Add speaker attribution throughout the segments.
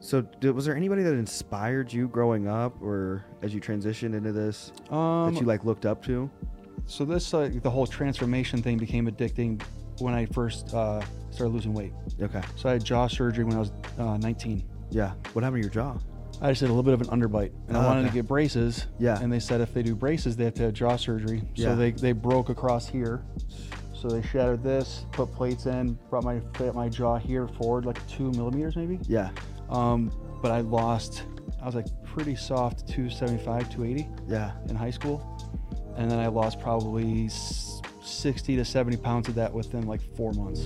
Speaker 1: So, did, was there anybody that inspired you growing up, or as you transitioned into this,
Speaker 2: Um,
Speaker 1: that you like looked up to?
Speaker 2: so this like the whole transformation thing became addicting when I first uh, started losing weight.
Speaker 1: Okay,
Speaker 2: So I had jaw surgery when I was uh, 19.
Speaker 1: yeah. What happened to your jaw?
Speaker 2: I just had a little bit of an underbite, and I
Speaker 1: Oh,
Speaker 2: wanted
Speaker 1: okay.
Speaker 2: to get braces.
Speaker 1: Yeah.
Speaker 2: And they said if they do braces, they have to have jaw surgery.
Speaker 1: Yeah.
Speaker 2: So they, they broke across here. So they shattered this, put plates in, brought my my jaw here forward like two millimeters maybe.
Speaker 1: Yeah,
Speaker 2: Um, but I lost. I was like pretty soft, 275, 280
Speaker 1: yeah.
Speaker 2: in high school, and then I lost probably s- 60 to 70 pounds of that within like four months.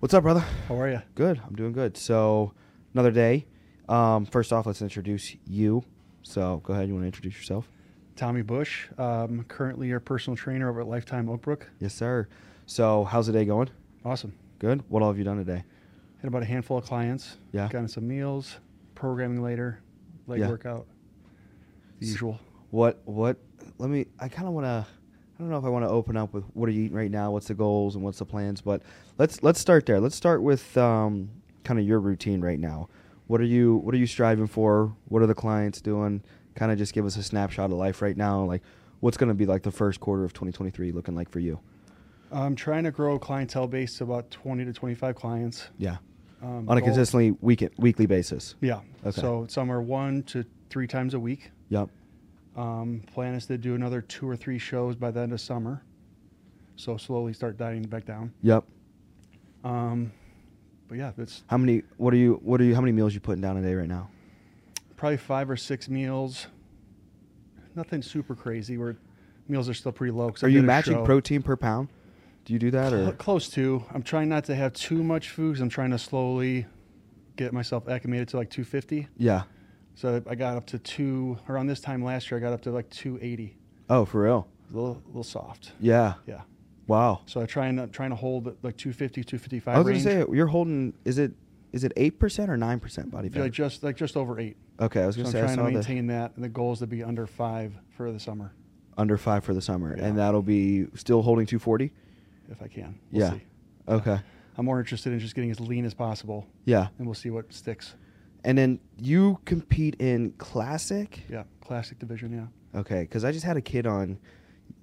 Speaker 1: What's up, brother?
Speaker 2: How are you?
Speaker 1: Good. I'm doing good. So, another day. Um, first off, let's introduce you. So, go ahead. You want to introduce yourself?
Speaker 2: Tommy Bush. Um, currently your personal trainer over at Lifetime Oakbrook.
Speaker 1: Yes, sir. So, how's the day going?
Speaker 2: Awesome.
Speaker 1: Good. What all have you done today?
Speaker 2: Had about a handful of clients.
Speaker 1: Yeah.
Speaker 2: Gotten some meals, programming later, leg
Speaker 1: Yeah.
Speaker 2: workout, the
Speaker 1: S-
Speaker 2: usual.
Speaker 1: What? What? Let me. I kind of want to. I don't know if I want to open up with what are you eating right now, what's the goals and what's the plans, but let's let's start there. Let's start with um, kind of your routine right now. What are you What are you striving for? What are the clients doing? Kind of just give us a snapshot of life right now. Like, what's going to be like the first quarter of 2023 looking like for you?
Speaker 2: I'm trying to grow clientele base to about 20 to 25 clients.
Speaker 1: Yeah,
Speaker 2: Um,
Speaker 1: on a
Speaker 2: goal-
Speaker 1: consistently week weekly basis.
Speaker 2: Yeah.
Speaker 1: Okay.
Speaker 2: So some are one to three times a week.
Speaker 1: Yep.
Speaker 2: Um, plan is to do another two or three shows by the end of summer. So slowly start dieting back down.
Speaker 1: Yep.
Speaker 2: Um, but yeah, it's
Speaker 1: How many? What are you? What are you? How many meals you putting down a day right now?
Speaker 2: probably five or six meals. Nothing super crazy. Where meals are still pretty low. 'cause I
Speaker 1: Are you
Speaker 2: did a
Speaker 1: matching
Speaker 2: show.
Speaker 1: protein per pound? Do you do that
Speaker 2: Cl-
Speaker 1: or?
Speaker 2: close to. I'm trying not to have too much food 'cause I'm trying to slowly get myself acclimated to like 250.
Speaker 1: Yeah.
Speaker 2: So I got up to two around this time last year. I got up to like 280.
Speaker 1: Oh, for real?
Speaker 2: A little, little soft.
Speaker 1: Yeah.
Speaker 2: Yeah.
Speaker 1: Wow.
Speaker 2: So I try and trying to hold like 250, 255
Speaker 1: I was
Speaker 2: range.
Speaker 1: gonna say you're holding. Is it is it eight percent or nine percent body fat?
Speaker 2: like just like just over eight.
Speaker 1: okay, I was
Speaker 2: So
Speaker 1: gonna
Speaker 2: I'm
Speaker 1: say I
Speaker 2: trying
Speaker 1: saw
Speaker 2: to
Speaker 1: the-
Speaker 2: maintain that, and the goal is to be under five for the summer
Speaker 1: under five for the summer,
Speaker 2: Yeah.
Speaker 1: and that'll be still holding two forty.
Speaker 2: if I can. We'll
Speaker 1: Yeah.
Speaker 2: See.
Speaker 1: Okay.
Speaker 2: I'm more interested in just getting as lean as possible,
Speaker 1: Yeah.
Speaker 2: and we'll see what sticks.
Speaker 1: And then you compete in classic.
Speaker 2: Yeah, classic division. Yeah.
Speaker 1: Okay, because I just had a kid on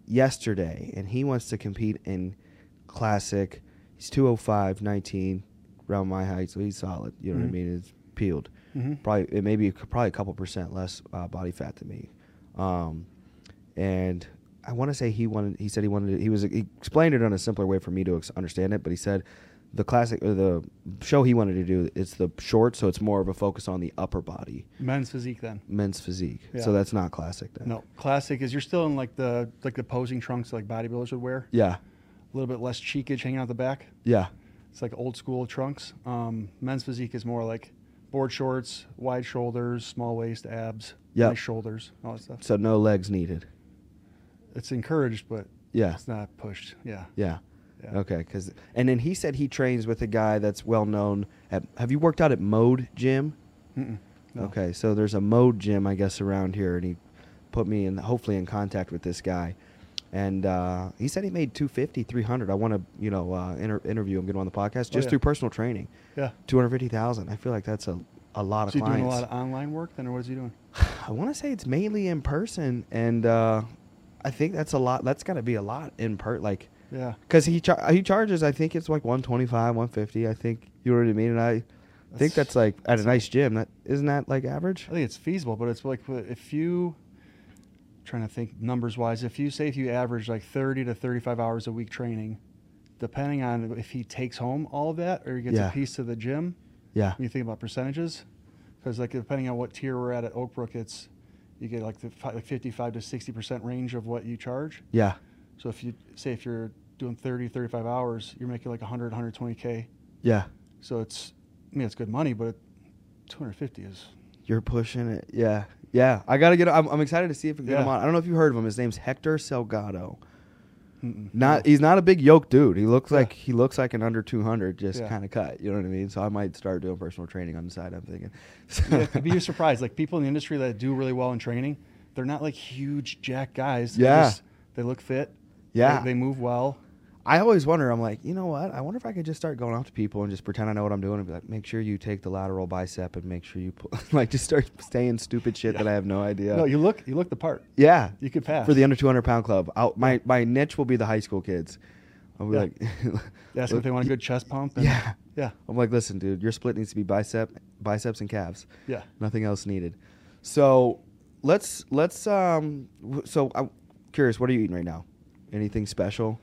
Speaker 1: yesterday, and he wants to compete in classic. He's 205, 19, around my height, so he's solid. You know
Speaker 2: Mhm.
Speaker 1: what I mean? It's peeled.
Speaker 2: Mhm.
Speaker 1: Probably it may be c- probably a couple percent less uh, body fat than me. Um, and I want to say he wanted. He said he wanted. To, he was. He explained it on a simpler way for me to ex- understand it, but he said. The classic or the show he wanted to do, it's the short, so it's more of a focus on the upper body,
Speaker 2: Men's physique then.
Speaker 1: men's physique. So
Speaker 2: Yeah.
Speaker 1: that's not classic then.
Speaker 2: No, classic is you're still in like the like the posing trunks like bodybuilders would wear.
Speaker 1: Yeah.
Speaker 2: A little bit less cheekage hanging out the back.
Speaker 1: Yeah.
Speaker 2: It's like old school trunks. Um, men's physique is more like board shorts, wide shoulders, small waist, abs,
Speaker 1: Yeah.
Speaker 2: nice shoulders, all that stuff.
Speaker 1: So no legs needed.
Speaker 2: It's encouraged, but
Speaker 1: Yeah.
Speaker 2: it's not pushed. Yeah.
Speaker 1: Yeah.
Speaker 2: Yeah.
Speaker 1: Okay. Cause, and then he said he trains with a guy that's well known. At, have you worked out at Mode Gym?
Speaker 2: Mm-mm. No.
Speaker 1: Okay. So there's a Mode Gym, I guess, around here, and he put me in, hopefully, in contact with this guy. And uh, he said he made 250, 300. I want to, you know, uh, inter- interview him, get him on the podcast just
Speaker 2: Oh, yeah.
Speaker 1: through personal training.
Speaker 2: Yeah.
Speaker 1: 250,000. I feel like that's a, a lot of
Speaker 2: Is he
Speaker 1: clients.
Speaker 2: doing a lot of online work then, or what is he doing?
Speaker 1: I want to say it's mainly in person, and uh, I think that's a lot. That's got to be a lot in per like
Speaker 2: Yeah.
Speaker 1: because he char- he charges. I think it's like one twenty five, one fifty. I think you know what I mean. And I think
Speaker 2: That's-
Speaker 1: that's like at a nice gym. That isn't that like average.
Speaker 2: I think it's feasible, but it's like if you trying to think numbers wise, if you say if you average like 30 to 35 hours a week training, depending on if he takes home all of that or he gets
Speaker 1: Yeah.
Speaker 2: a piece to the gym,
Speaker 1: Yeah,
Speaker 2: when you think about percentages, because like depending on what tier we're at at Oak Brook, it's you get like the fi- like 55 to 60 percent range of what you charge.
Speaker 1: yeah,
Speaker 2: So if you say if you're doing 30, 35 hours, you're making like 100, 120k.
Speaker 1: yeah.
Speaker 2: So it's I mean it's good money, but 250 is
Speaker 1: You're pushing it. Yeah, yeah. I gotta get. I'm, I'm excited to see if we can get him
Speaker 2: Yeah.
Speaker 1: on. I don't know if you heard of him. His name's Hector Salgado.
Speaker 2: mm-mm.
Speaker 1: Not he's not a big yoke dude. He looks
Speaker 2: Yeah.
Speaker 1: like he looks like an under two hundred, just
Speaker 2: Yeah.
Speaker 1: kind of cut. You know what I mean? So I might start doing personal training on the side. I'm thinking.
Speaker 2: yeah,
Speaker 1: e-,
Speaker 2: but you're surprised. Like people in the industry that do really well in training, they're not like huge jack guys. They
Speaker 1: Yeah.
Speaker 2: they look fit.
Speaker 1: Yeah.
Speaker 2: they, they move well.
Speaker 1: I always wonder. I'm like, you know what? I wonder if I could just start going out to people and just pretend I know what I'm doing and be like, make sure you take the lateral bicep and make sure you pull, like just start saying stupid shit that I have no idea.
Speaker 2: No, you look you look the part.
Speaker 1: yeah,
Speaker 2: You could pass
Speaker 1: for the under 200 pound club. I'll, my my niche will be the high school kids. I'll be
Speaker 2: Yeah.
Speaker 1: like,
Speaker 2: Ask them if they want a good chest pump. And,
Speaker 1: Yeah,
Speaker 2: yeah,
Speaker 1: I'm like, listen, dude, your split needs to be bicep, biceps and calves.
Speaker 2: yeah.
Speaker 1: Nothing else needed. So let's let's um. w- So I'm curious, what are you eating right now? Anything special?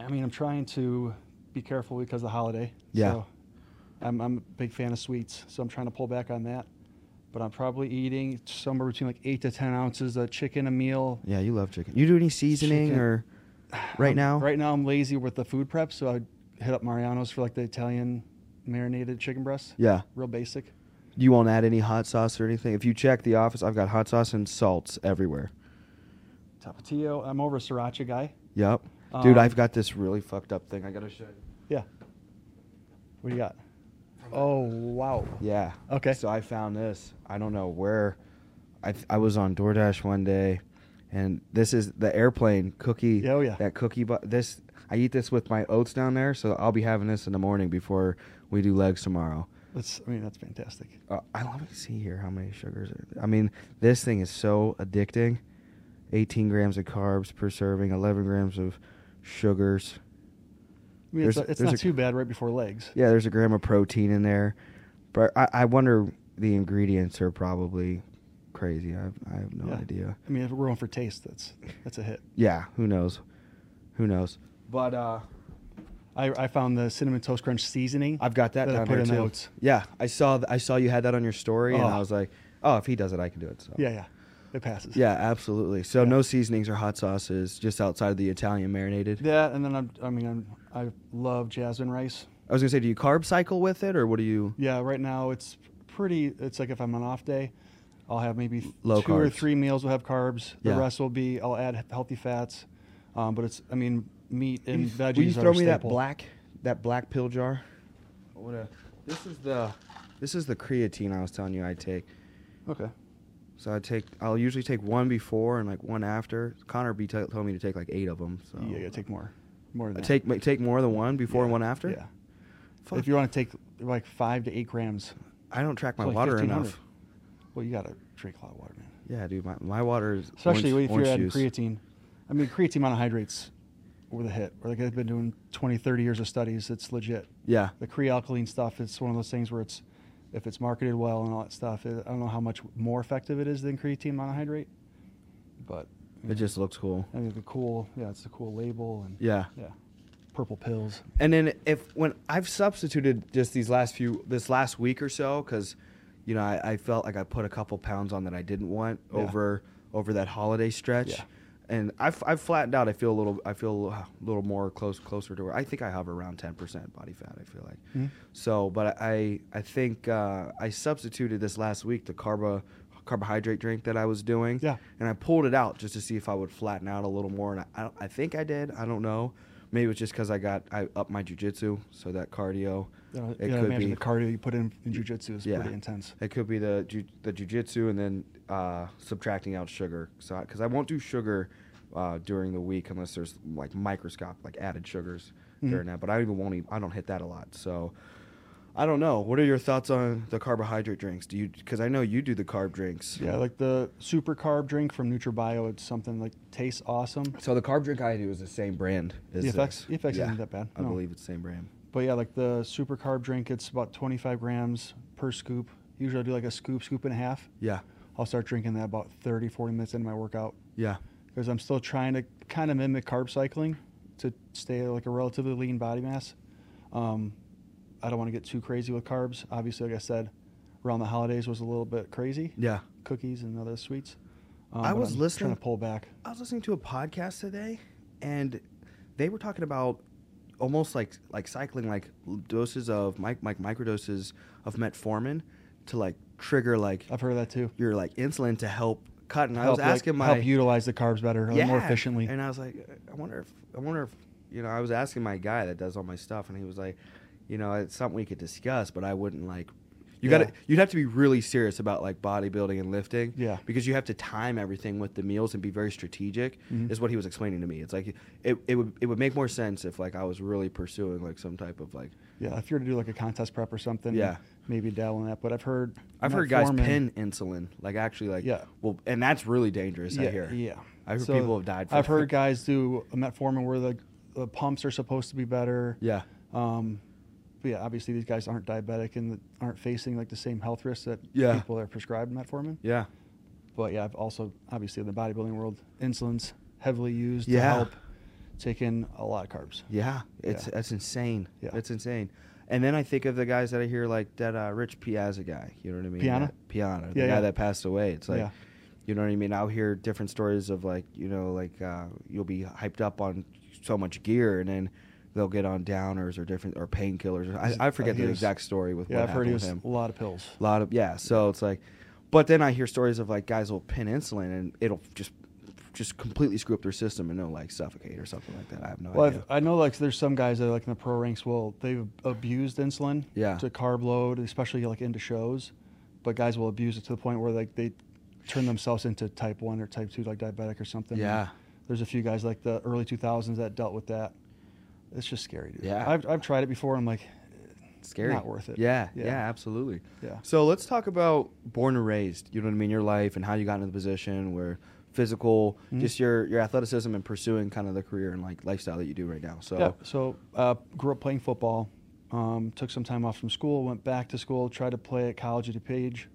Speaker 2: I mean, I'm trying to be careful because of the holiday.
Speaker 1: Yeah.
Speaker 2: So I'm, I'm a big fan of sweets, so I'm trying to pull back on that. But I'm probably eating somewhere between like eight to ten ounces of chicken a meal.
Speaker 1: Yeah, you love chicken. You do any seasoning
Speaker 2: Chicken.
Speaker 1: or right
Speaker 2: I'm-
Speaker 1: now?
Speaker 2: Right now, I'm lazy with the food prep, so I hit up Mariano's for like the Italian marinated chicken breast.
Speaker 1: Yeah.
Speaker 2: Real basic.
Speaker 1: You won't add any hot sauce or anything. If you check the office, I've got hot sauce and salts everywhere.
Speaker 2: Tapatio. I'm over a sriracha guy.
Speaker 1: Yep. Dude,
Speaker 2: Um,
Speaker 1: I've got this really fucked up thing I gotta show you.
Speaker 2: Yeah. What do you got? Oh wow.
Speaker 1: Yeah.
Speaker 2: Okay.
Speaker 1: So I found this. I don't know where. I th- I was on DoorDash one day, and this is the airplane cookie.
Speaker 2: Oh, yeah.
Speaker 1: That cookie, but this I eat this with my oats down there, so I'll be having this in the morning before we do legs tomorrow.
Speaker 2: That's. I mean, that's fantastic.
Speaker 1: Uh, I let me see here how many sugars. Are, I mean, this thing is so addicting. 18 grams of carbs per serving, 11 grams of sugars.
Speaker 2: I mean, it's,
Speaker 1: There's-
Speaker 2: it's
Speaker 1: there's
Speaker 2: not
Speaker 1: a-
Speaker 2: too bad right before legs.
Speaker 1: Yeah, there's a gram of protein in there, but I, I wonder the ingredients are probably crazy. I, I have no
Speaker 2: Yeah.
Speaker 1: idea.
Speaker 2: I mean, if we're going for taste, that's that's a hit.
Speaker 1: Yeah, who knows? Who knows? But uh,
Speaker 2: I, I found the cinnamon toast crunch seasoning.
Speaker 1: I've got that
Speaker 2: That I
Speaker 1: down
Speaker 2: put
Speaker 1: there
Speaker 2: in the
Speaker 1: too.
Speaker 2: oats.
Speaker 1: Yeah, I saw th- I saw you had that on your story, and I
Speaker 2: Oh.
Speaker 1: was like, oh, if he does it, I can do it. So.
Speaker 2: yeah, yeah, it passes.
Speaker 1: Yeah, absolutely. So
Speaker 2: Yeah.
Speaker 1: no seasonings or hot sauces, just outside of the Italian marinated.
Speaker 2: that, and then I'm, I mean, I'm, I love jasmine rice.
Speaker 1: I was gonna say, do you carb cycle with it, or what do you?
Speaker 2: Yeah, right now it's pretty. It's like if I'm on off day, I'll have maybe
Speaker 1: Low
Speaker 2: two or
Speaker 1: carbs.
Speaker 2: three meals will have carbs. The
Speaker 1: Yeah.
Speaker 2: rest will be I'll add healthy fats, um, but it's I mean meat and veggies.
Speaker 1: Will you
Speaker 2: are
Speaker 1: throw me that
Speaker 2: staple.
Speaker 1: black that black pill jar? What a, this is the this is the creatine I was telling you I take.
Speaker 2: Okay.
Speaker 1: Oh. So I take I'll usually take one before and like one after. Connor B t- told me to take like eight of them. So
Speaker 2: Yeah, yeah, take more, more than
Speaker 1: I
Speaker 2: that.
Speaker 1: take ma- take more than one before and
Speaker 2: Yeah,
Speaker 1: one after.
Speaker 2: Yeah.
Speaker 1: Fuck.
Speaker 2: If you want to take like five to eight grams,
Speaker 1: I don't track my
Speaker 2: It's like
Speaker 1: water
Speaker 2: 1500.
Speaker 1: enough.
Speaker 2: well, you gotta drink a lot of water, man.
Speaker 1: Yeah, dude, my, my water is
Speaker 2: Especially
Speaker 1: orange,
Speaker 2: if you're adding
Speaker 1: orange juice.
Speaker 2: creatine. I mean, creatine monohydrates were the hit. Or like I've been doing 20, 30 years of studies. It's legit.
Speaker 1: Yeah,
Speaker 2: The crealkaline stuff, it's one of those things where it's, if it's marketed well and all that stuff, it, I don't know how much more effective it is than creatine monohydrate. But you know,
Speaker 1: it just looks cool.
Speaker 2: I think the cool, yeah, it's the cool label and
Speaker 1: Yeah.
Speaker 2: yeah, purple pills.
Speaker 1: And then if when I've substituted just these last few this last week or so because you know I, I felt like I put a couple pounds on that I didn't want
Speaker 2: Yeah.
Speaker 1: over over that holiday stretch,
Speaker 2: Yeah.
Speaker 1: and I've, I've flattened out. I feel a little I feel a little- a little more close closer to where I think I hover around ten percent body fat. I feel like
Speaker 2: Mhm.
Speaker 1: so, but I I think uh, I substituted this last week the carbo carbohydrate drink that I was doing
Speaker 2: Yeah.
Speaker 1: and I pulled it out just to see if I would flatten out a little more. And I, I, I think I did. I don't know. Maybe it was just because I got I upped my jujitsu, so that cardio.
Speaker 2: You know,
Speaker 1: it
Speaker 2: you know,
Speaker 1: could
Speaker 2: imagine
Speaker 1: be.
Speaker 2: the cardio you put in in jujitsu is
Speaker 1: Yeah.
Speaker 2: pretty intense.
Speaker 1: it could be the ju- the jujitsu and then uh, subtracting out sugar. So because I, won't do sugar uh, during the week unless there's like microscopic like added sugars
Speaker 2: Mhm.
Speaker 1: during that. But I even won't. Even, I don't hit that a lot. So. I don't know. What are your thoughts on the carbohydrate drinks? Do you because I know you do the carb drinks.
Speaker 2: Yeah, like the super carb drink from NutriBio. It's something like tastes awesome.
Speaker 1: So the carb drink I do is the same brand. As
Speaker 2: The
Speaker 1: this.
Speaker 2: FX the FX E isn't that bad.
Speaker 1: I
Speaker 2: no.
Speaker 1: believe it's the same brand.
Speaker 2: But yeah, like the super carb drink, it's about 25 grams per scoop. Usually I do like a scoop, scoop and a half.
Speaker 1: Yeah,
Speaker 2: I'll start drinking that about 30, 40 minutes into my workout
Speaker 1: yeah,
Speaker 2: because I'm still trying to kind of mimic carb cycling to stay like a relatively lean body mass. Um, I don't want to get too crazy with carbs. Obviously, like I said, around the holidays was a little bit crazy.
Speaker 1: yeah.
Speaker 2: Cookies and other sweets. Um,
Speaker 1: I
Speaker 2: but
Speaker 1: was
Speaker 2: I'm
Speaker 1: listening-
Speaker 2: Trying to pull back.
Speaker 1: I was listening to a podcast today, and they were talking about almost like like cycling like doses of mic like microdoses of metformin to like trigger like
Speaker 2: I've heard of that too.
Speaker 1: your like insulin to help cut. And I
Speaker 2: Help,
Speaker 1: was
Speaker 2: like,
Speaker 1: asking my
Speaker 2: help utilize the carbs better, like, more efficiently.
Speaker 1: And I was like, I wonder if I wonder if you know, I was asking my guy that does all my stuff, and he was like, you know, it's something we could discuss, but I wouldn't like You
Speaker 2: Yeah.
Speaker 1: got to you'd have to be really serious about like bodybuilding and lifting.
Speaker 2: Yeah.
Speaker 1: Because you have to time everything with the meals and be very strategic
Speaker 2: Mhm.
Speaker 1: is what he was explaining to me. It's like it, it would it would make more sense if like I was really pursuing like some type of like
Speaker 2: Yeah, if you were to do like a contest prep or something,
Speaker 1: Yeah.
Speaker 2: maybe dabble in that. But I've heard
Speaker 1: I've
Speaker 2: Matt
Speaker 1: heard guys
Speaker 2: Foreman-
Speaker 1: pin insulin, like actually like
Speaker 2: Yeah.
Speaker 1: well and that's really dangerous
Speaker 2: yeah,
Speaker 1: I hear.
Speaker 2: Yeah,
Speaker 1: I heard people have died from
Speaker 2: I've
Speaker 1: that.
Speaker 2: heard guys do a metformin where the, the pumps are supposed to be better.
Speaker 1: Yeah.
Speaker 2: Um, but yeah, obviously these guys aren't diabetic and aren't facing like the same health risks that
Speaker 1: Yeah.
Speaker 2: people that are prescribed metformin.
Speaker 1: Yeah.
Speaker 2: But yeah, I've also obviously in the bodybuilding world, insulin's heavily used to
Speaker 1: Yeah.
Speaker 2: help take in a lot of carbs.
Speaker 1: Yeah, it's
Speaker 2: Yeah.
Speaker 1: that's insane.
Speaker 2: Yeah.
Speaker 1: that's insane. And then I think of the guys that I hear like that uh, Rich Piazza guy. You know what I mean?
Speaker 2: Piana?
Speaker 1: That- Piana, the
Speaker 2: Yeah,
Speaker 1: guy
Speaker 2: yeah.
Speaker 1: that passed away. It's like,
Speaker 2: Yeah.
Speaker 1: you know what I mean? I'll hear different stories of like, you know, like uh, you'll be hyped up on so much gear, and then they'll get on downers or different or painkillers. I, I forget
Speaker 2: uh, He
Speaker 1: the
Speaker 2: was-
Speaker 1: exact story with
Speaker 2: Yeah,
Speaker 1: what
Speaker 2: I've
Speaker 1: happened
Speaker 2: heard he
Speaker 1: with
Speaker 2: was
Speaker 1: him.
Speaker 2: a lot of pills.
Speaker 1: A lot of yeah. So it's like, but then I hear stories of like guys will pin insulin and it'll just just completely screw up their system and they'll like suffocate or something like that. I have no
Speaker 2: Well,
Speaker 1: idea.
Speaker 2: I've, I know like there's some guys that are, like in the pro ranks will they've abused insulin
Speaker 1: Yeah.
Speaker 2: to carb load, especially like into shows, but guys will abuse it to the point where like they turn themselves into type one or type two like diabetic or something.
Speaker 1: Yeah.
Speaker 2: there's a few guys like the early 2000s that dealt with that. It's just scary, dude.
Speaker 1: Yeah.
Speaker 2: I've I've tried it before. and I'm like,
Speaker 1: scary.
Speaker 2: Not worth it.
Speaker 1: Yeah, yeah,
Speaker 2: Yeah.
Speaker 1: absolutely.
Speaker 2: Yeah.
Speaker 1: So let's talk about born and raised. You know what I mean? Your life and how you got into the position where physical,
Speaker 2: Mhm.
Speaker 1: just your your athleticism and pursuing kind of the career and like lifestyle that you do right now. So
Speaker 2: yeah. So uh, grew up playing football. Um, took some time off from school. Went back to school. Tried to play at college at DuPage.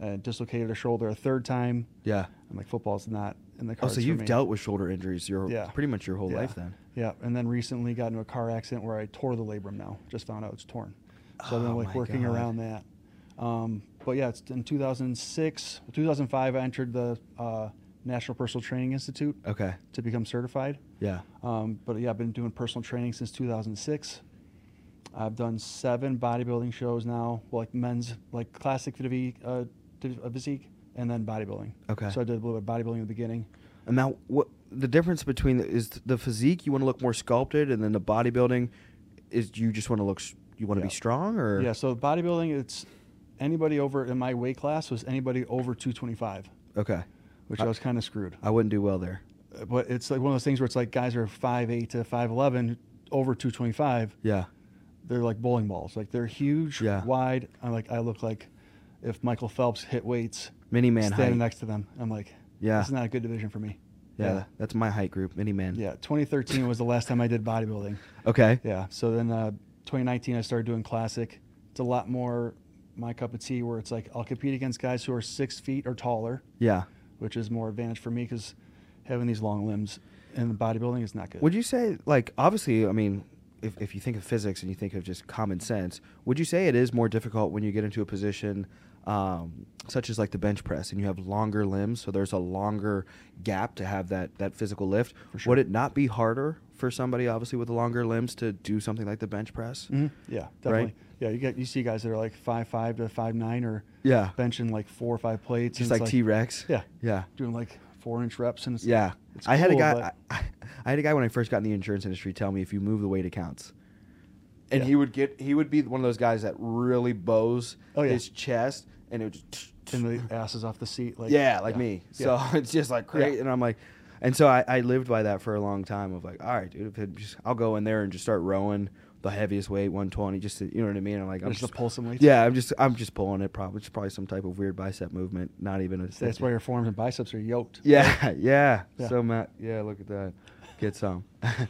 Speaker 2: Uh, dislocated a shoulder a third time.
Speaker 1: yeah.
Speaker 2: I'm like, football's not in the
Speaker 1: Oh,
Speaker 2: cards.
Speaker 1: so
Speaker 2: for
Speaker 1: you've
Speaker 2: me.
Speaker 1: dealt with shoulder injuries your
Speaker 2: Yeah.
Speaker 1: pretty much your whole
Speaker 2: Yeah.
Speaker 1: life then.
Speaker 2: Yeah, and then recently got into a car accident where I tore the labrum. Now just found out it's torn, so I've
Speaker 1: Oh,
Speaker 2: been
Speaker 1: my
Speaker 2: like working
Speaker 1: God.
Speaker 2: around that. Um, but yeah, it's in 2006, 2005. I entered the uh, National Personal Training Institute
Speaker 1: Okay.
Speaker 2: to become certified.
Speaker 1: Yeah.
Speaker 2: Um, but yeah, I've been doing personal training since 2006. I've done seven bodybuilding shows now, like men's, like classic physique, uh, physique, and then bodybuilding.
Speaker 1: Okay.
Speaker 2: So I did a little bit of bodybuilding in the beginning.
Speaker 1: And now what the difference between the, is the physique you want to look more sculpted and then the bodybuilding is you just want to look s- you want to
Speaker 2: Yeah.
Speaker 1: be strong or
Speaker 2: Yeah, so bodybuilding, it's anybody over in my weight class was anybody over 225,
Speaker 1: Okay.
Speaker 2: which I was kind of screwed.
Speaker 1: I wouldn't do well there.
Speaker 2: Uh, But it's like one of those things where it's like guys are 5'8 to 5'11, over 225,
Speaker 1: Yeah.
Speaker 2: they're like bowling balls. Like they're huge,
Speaker 1: Yeah.
Speaker 2: wide. I'm like, I look like if Michael Phelps hit weights
Speaker 1: Mini man
Speaker 2: standing
Speaker 1: height.
Speaker 2: next to them. I'm like,
Speaker 1: Yeah.
Speaker 2: this is not a good division for me.
Speaker 1: Yeah, that's my height group, mini man.
Speaker 2: Yeah, 2013 was the last time I did bodybuilding.
Speaker 1: Okay.
Speaker 2: Yeah. So then uh, 2019, I started doing classic. It's a lot more my cup of tea where it's like I'll compete against guys who are six feet or taller,
Speaker 1: Yeah.
Speaker 2: which is more advantage for me because having these long limbs in bodybuilding is not good.
Speaker 1: Would you say like obviously, I mean, if if you think of physics and you think of just common sense, would you say it is more difficult when you get into a position um, such as like the bench press and you have longer limbs, so there's a longer gap to have that that physical lift?
Speaker 2: For sure.
Speaker 1: Would it not be harder for somebody obviously with the longer limbs to do something like the bench press?
Speaker 2: Mhm. Yeah, definitely. Yeah, you get you see guys that are like five five to five nine or
Speaker 1: Yeah.
Speaker 2: benching like four or five
Speaker 1: Ah.
Speaker 2: plates,
Speaker 1: Just
Speaker 2: and it's
Speaker 1: like T Rex.
Speaker 2: Yeah,
Speaker 1: Yeah.
Speaker 2: doing like four inch reps and it's
Speaker 1: Yeah,
Speaker 2: it's
Speaker 1: I had a
Speaker 2: cool,
Speaker 1: guy.
Speaker 2: but-
Speaker 1: I, I had a guy when I first got in the insurance industry tell me if you move the weight, it counts. And
Speaker 2: Yeah.
Speaker 1: he would get. He would be one of those guys that really bows
Speaker 2: Oh, yeah.
Speaker 1: his chest, and it would just.
Speaker 2: and the asses off the seat like
Speaker 1: yeah, like me. So
Speaker 2: Yeah.
Speaker 1: it's just like crazy,
Speaker 2: Yeah.
Speaker 1: and I'm like, and so I, I lived by that for a long time of like, all right, dude, if it just, I'll go in there and just start rowing the heaviest weight, 120, just to, you know what I mean. I'm like, I'm
Speaker 2: Just to pull some weights?
Speaker 1: Yeah, I'm just I'm just pulling it. Probably it's probably some type of weird bicep movement. Not even a.
Speaker 2: that's why your forearms and biceps are yoked.
Speaker 1: Yeah, yeah.
Speaker 2: Yeah.
Speaker 1: So Matt, yeah, look at that. Get some.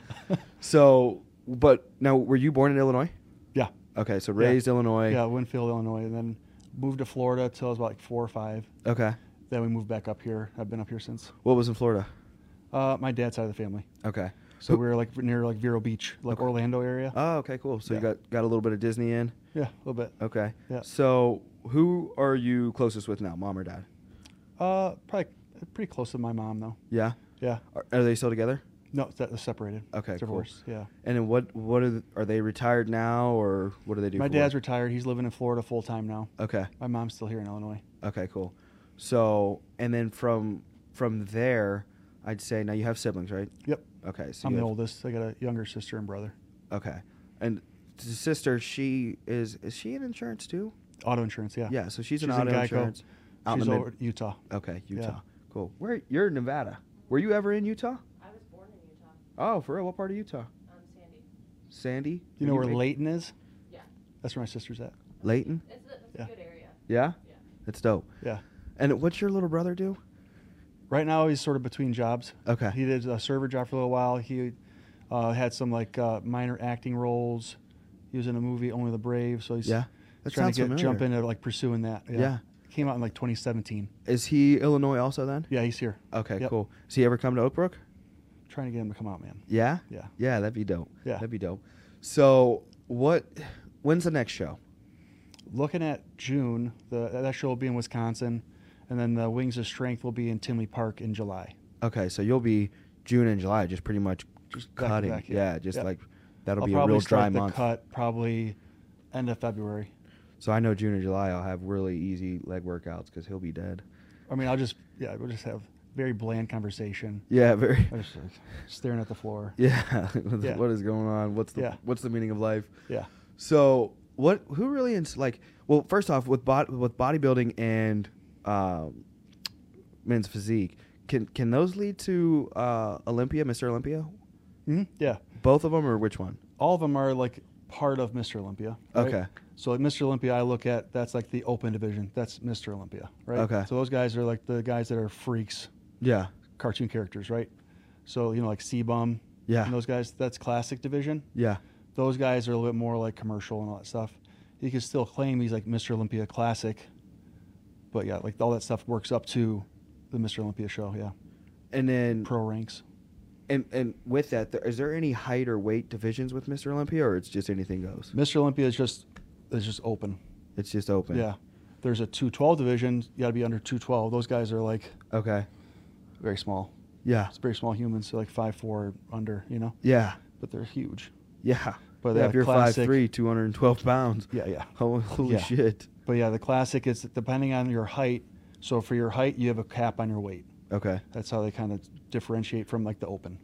Speaker 1: so, but now, were you born in Illinois?
Speaker 2: Yeah.
Speaker 1: Okay, so
Speaker 2: Yeah.
Speaker 1: raised Illinois.
Speaker 2: Yeah, Winfield, Illinois, and then moved to Florida till I was about like four or five.
Speaker 1: Okay.
Speaker 2: Then we moved back up here. I've been up here since.
Speaker 1: What was in Florida?
Speaker 2: Uh, my dad's side of the family.
Speaker 1: Okay.
Speaker 2: So
Speaker 1: Who-
Speaker 2: we were like near like Vero Beach, like
Speaker 1: Okay.
Speaker 2: Orlando area.
Speaker 1: Oh, okay, cool. So you
Speaker 2: Yeah.
Speaker 1: got got a little bit of Disney in.
Speaker 2: yeah, a little bit.
Speaker 1: Okay.
Speaker 2: Yeah.
Speaker 1: So who are you closest with now, mom or dad?
Speaker 2: Uh, probably pretty close to my mom though.
Speaker 1: Yeah.
Speaker 2: Yeah.
Speaker 1: Are, are they still together?
Speaker 2: No, that was separated.
Speaker 1: Okay, cool.
Speaker 2: Divorced. Yeah.
Speaker 1: And then what what are th- are they retired now or what do they do?
Speaker 2: My
Speaker 1: for
Speaker 2: dad's
Speaker 1: work?
Speaker 2: retired. He's living in Florida full time now.
Speaker 1: okay.
Speaker 2: My mom's still here in Illinois.
Speaker 1: Okay, cool. So, and then from from there, I'd say now you have siblings, right?
Speaker 2: Yep.
Speaker 1: Okay, so
Speaker 2: I'm
Speaker 1: you
Speaker 2: the
Speaker 1: have-
Speaker 2: oldest. I got a younger sister and brother.
Speaker 1: Okay, and the sister, she is is she in insurance too?
Speaker 2: Auto insurance, yeah.
Speaker 1: Yeah, so she's,
Speaker 2: She's
Speaker 1: an auto
Speaker 2: in Geico.
Speaker 1: insurance. Out in
Speaker 2: She's
Speaker 1: the mid-
Speaker 2: over Utah.
Speaker 1: Okay, Utah.
Speaker 2: Yeah.
Speaker 1: Cool. Where you're in Nevada? Were you ever in Utah?
Speaker 3: I was born in Utah.
Speaker 1: Oh, for real? What part of Utah?
Speaker 3: I'm Sandy.
Speaker 1: Sandy.
Speaker 2: You know where
Speaker 1: Layton?
Speaker 2: Layton is?
Speaker 3: Yeah.
Speaker 2: That's where my sister's at.
Speaker 1: Layton?
Speaker 3: It's, a- it's
Speaker 2: Yeah.
Speaker 3: a good area.
Speaker 1: Yeah,
Speaker 3: Yeah.
Speaker 1: that's dope.
Speaker 2: Yeah.
Speaker 1: And what's your little brother do?
Speaker 2: Right now he's sort of between jobs.
Speaker 1: Okay.
Speaker 2: He did a server job for a little while. He uh, had some like uh, minor acting roles. He was in a movie Only the Brave, so he's
Speaker 1: Yeah, that
Speaker 2: trying
Speaker 1: sounds
Speaker 2: to get,
Speaker 1: familiar.
Speaker 2: jump into like pursuing that.
Speaker 1: Yeah.
Speaker 2: Came out in like 2017.
Speaker 1: Is he Illinois also then?
Speaker 2: Yeah, he's here.
Speaker 1: Okay,
Speaker 2: Yep.
Speaker 1: cool. Has he ever come to Oakbrook?
Speaker 2: Trying to get him to come out, man.
Speaker 1: Yeah.
Speaker 2: Yeah.
Speaker 1: Yeah, that'd be dope.
Speaker 2: Yeah.
Speaker 1: that'd be dope. So, what? When's the next show?
Speaker 2: Looking at June, the, that show will be in Wisconsin, and then the Wings of Strength will be in Tinley Park in July.
Speaker 1: Okay, so you'll be June and July, just pretty much
Speaker 2: Just back to
Speaker 1: cutting.
Speaker 2: back,
Speaker 1: yeah.
Speaker 2: yeah.
Speaker 1: just
Speaker 2: Yep.
Speaker 1: like that'll
Speaker 2: I'll
Speaker 1: be a
Speaker 2: probably
Speaker 1: real
Speaker 2: start
Speaker 1: dry
Speaker 2: the
Speaker 1: month.
Speaker 2: cut probably end of February.
Speaker 1: So I know June and July, I'll have really easy leg workouts because he'll be dead.
Speaker 2: I mean, I'll just yeah, we'll just have very bland conversation.
Speaker 1: Yeah, very.
Speaker 2: I'm just like, staring at the floor.
Speaker 1: Yeah.
Speaker 2: Yeah.
Speaker 1: What is going on? What's the
Speaker 2: Yeah.
Speaker 1: What's the meaning of life?
Speaker 2: Yeah.
Speaker 1: So what? Who really ins- like? Well, first off, with bod- with bodybuilding and um, men's physique, can can those lead to uh, Olympia, Mr. Olympia?
Speaker 2: Mhm. Yeah.
Speaker 1: Both of them, or which one?
Speaker 2: All of them are like part of Mr. Olympia. right?
Speaker 1: Okay.
Speaker 2: So like Mr. Olympia, I look at that's like the open division. That's Mr. Olympia, right?
Speaker 1: Okay.
Speaker 2: So those guys are like the guys that are freaks,
Speaker 1: Yeah.
Speaker 2: cartoon characters, right? So you know like Seabum.
Speaker 1: Yeah.
Speaker 2: And those guys, that's classic division.
Speaker 1: Yeah.
Speaker 2: Those guys are a little bit more like commercial and all that stuff. He can still claim he's like Mr. Olympia classic, but yeah, like all that stuff works up to the Mr. Olympia show. Yeah.
Speaker 1: And then
Speaker 2: Pro ranks.
Speaker 1: and and with that, there, is there any height or weight divisions with Mr. Olympia, or it's just anything goes?
Speaker 2: Mr. Olympia is just is just open.
Speaker 1: It's just open.
Speaker 2: Yeah. There's a 212 division. You got to be under 212. Those guys are like
Speaker 1: Okay.
Speaker 2: very small.
Speaker 1: Yeah.
Speaker 2: It's very small humans, so like five four under, you know.
Speaker 1: Yeah.
Speaker 2: But they're huge.
Speaker 1: Yeah.
Speaker 2: But
Speaker 1: yeah,
Speaker 2: that
Speaker 1: if you're five
Speaker 2: classic-
Speaker 1: three, two hundred and twelve pounds.
Speaker 2: Yeah, yeah.
Speaker 1: Holy, holy
Speaker 2: Yeah.
Speaker 1: shit.
Speaker 2: But yeah, the classic is depending on your height. So for your height, you have a cap on your weight.
Speaker 1: Okay.
Speaker 2: That's how they kind of differentiate from like the open.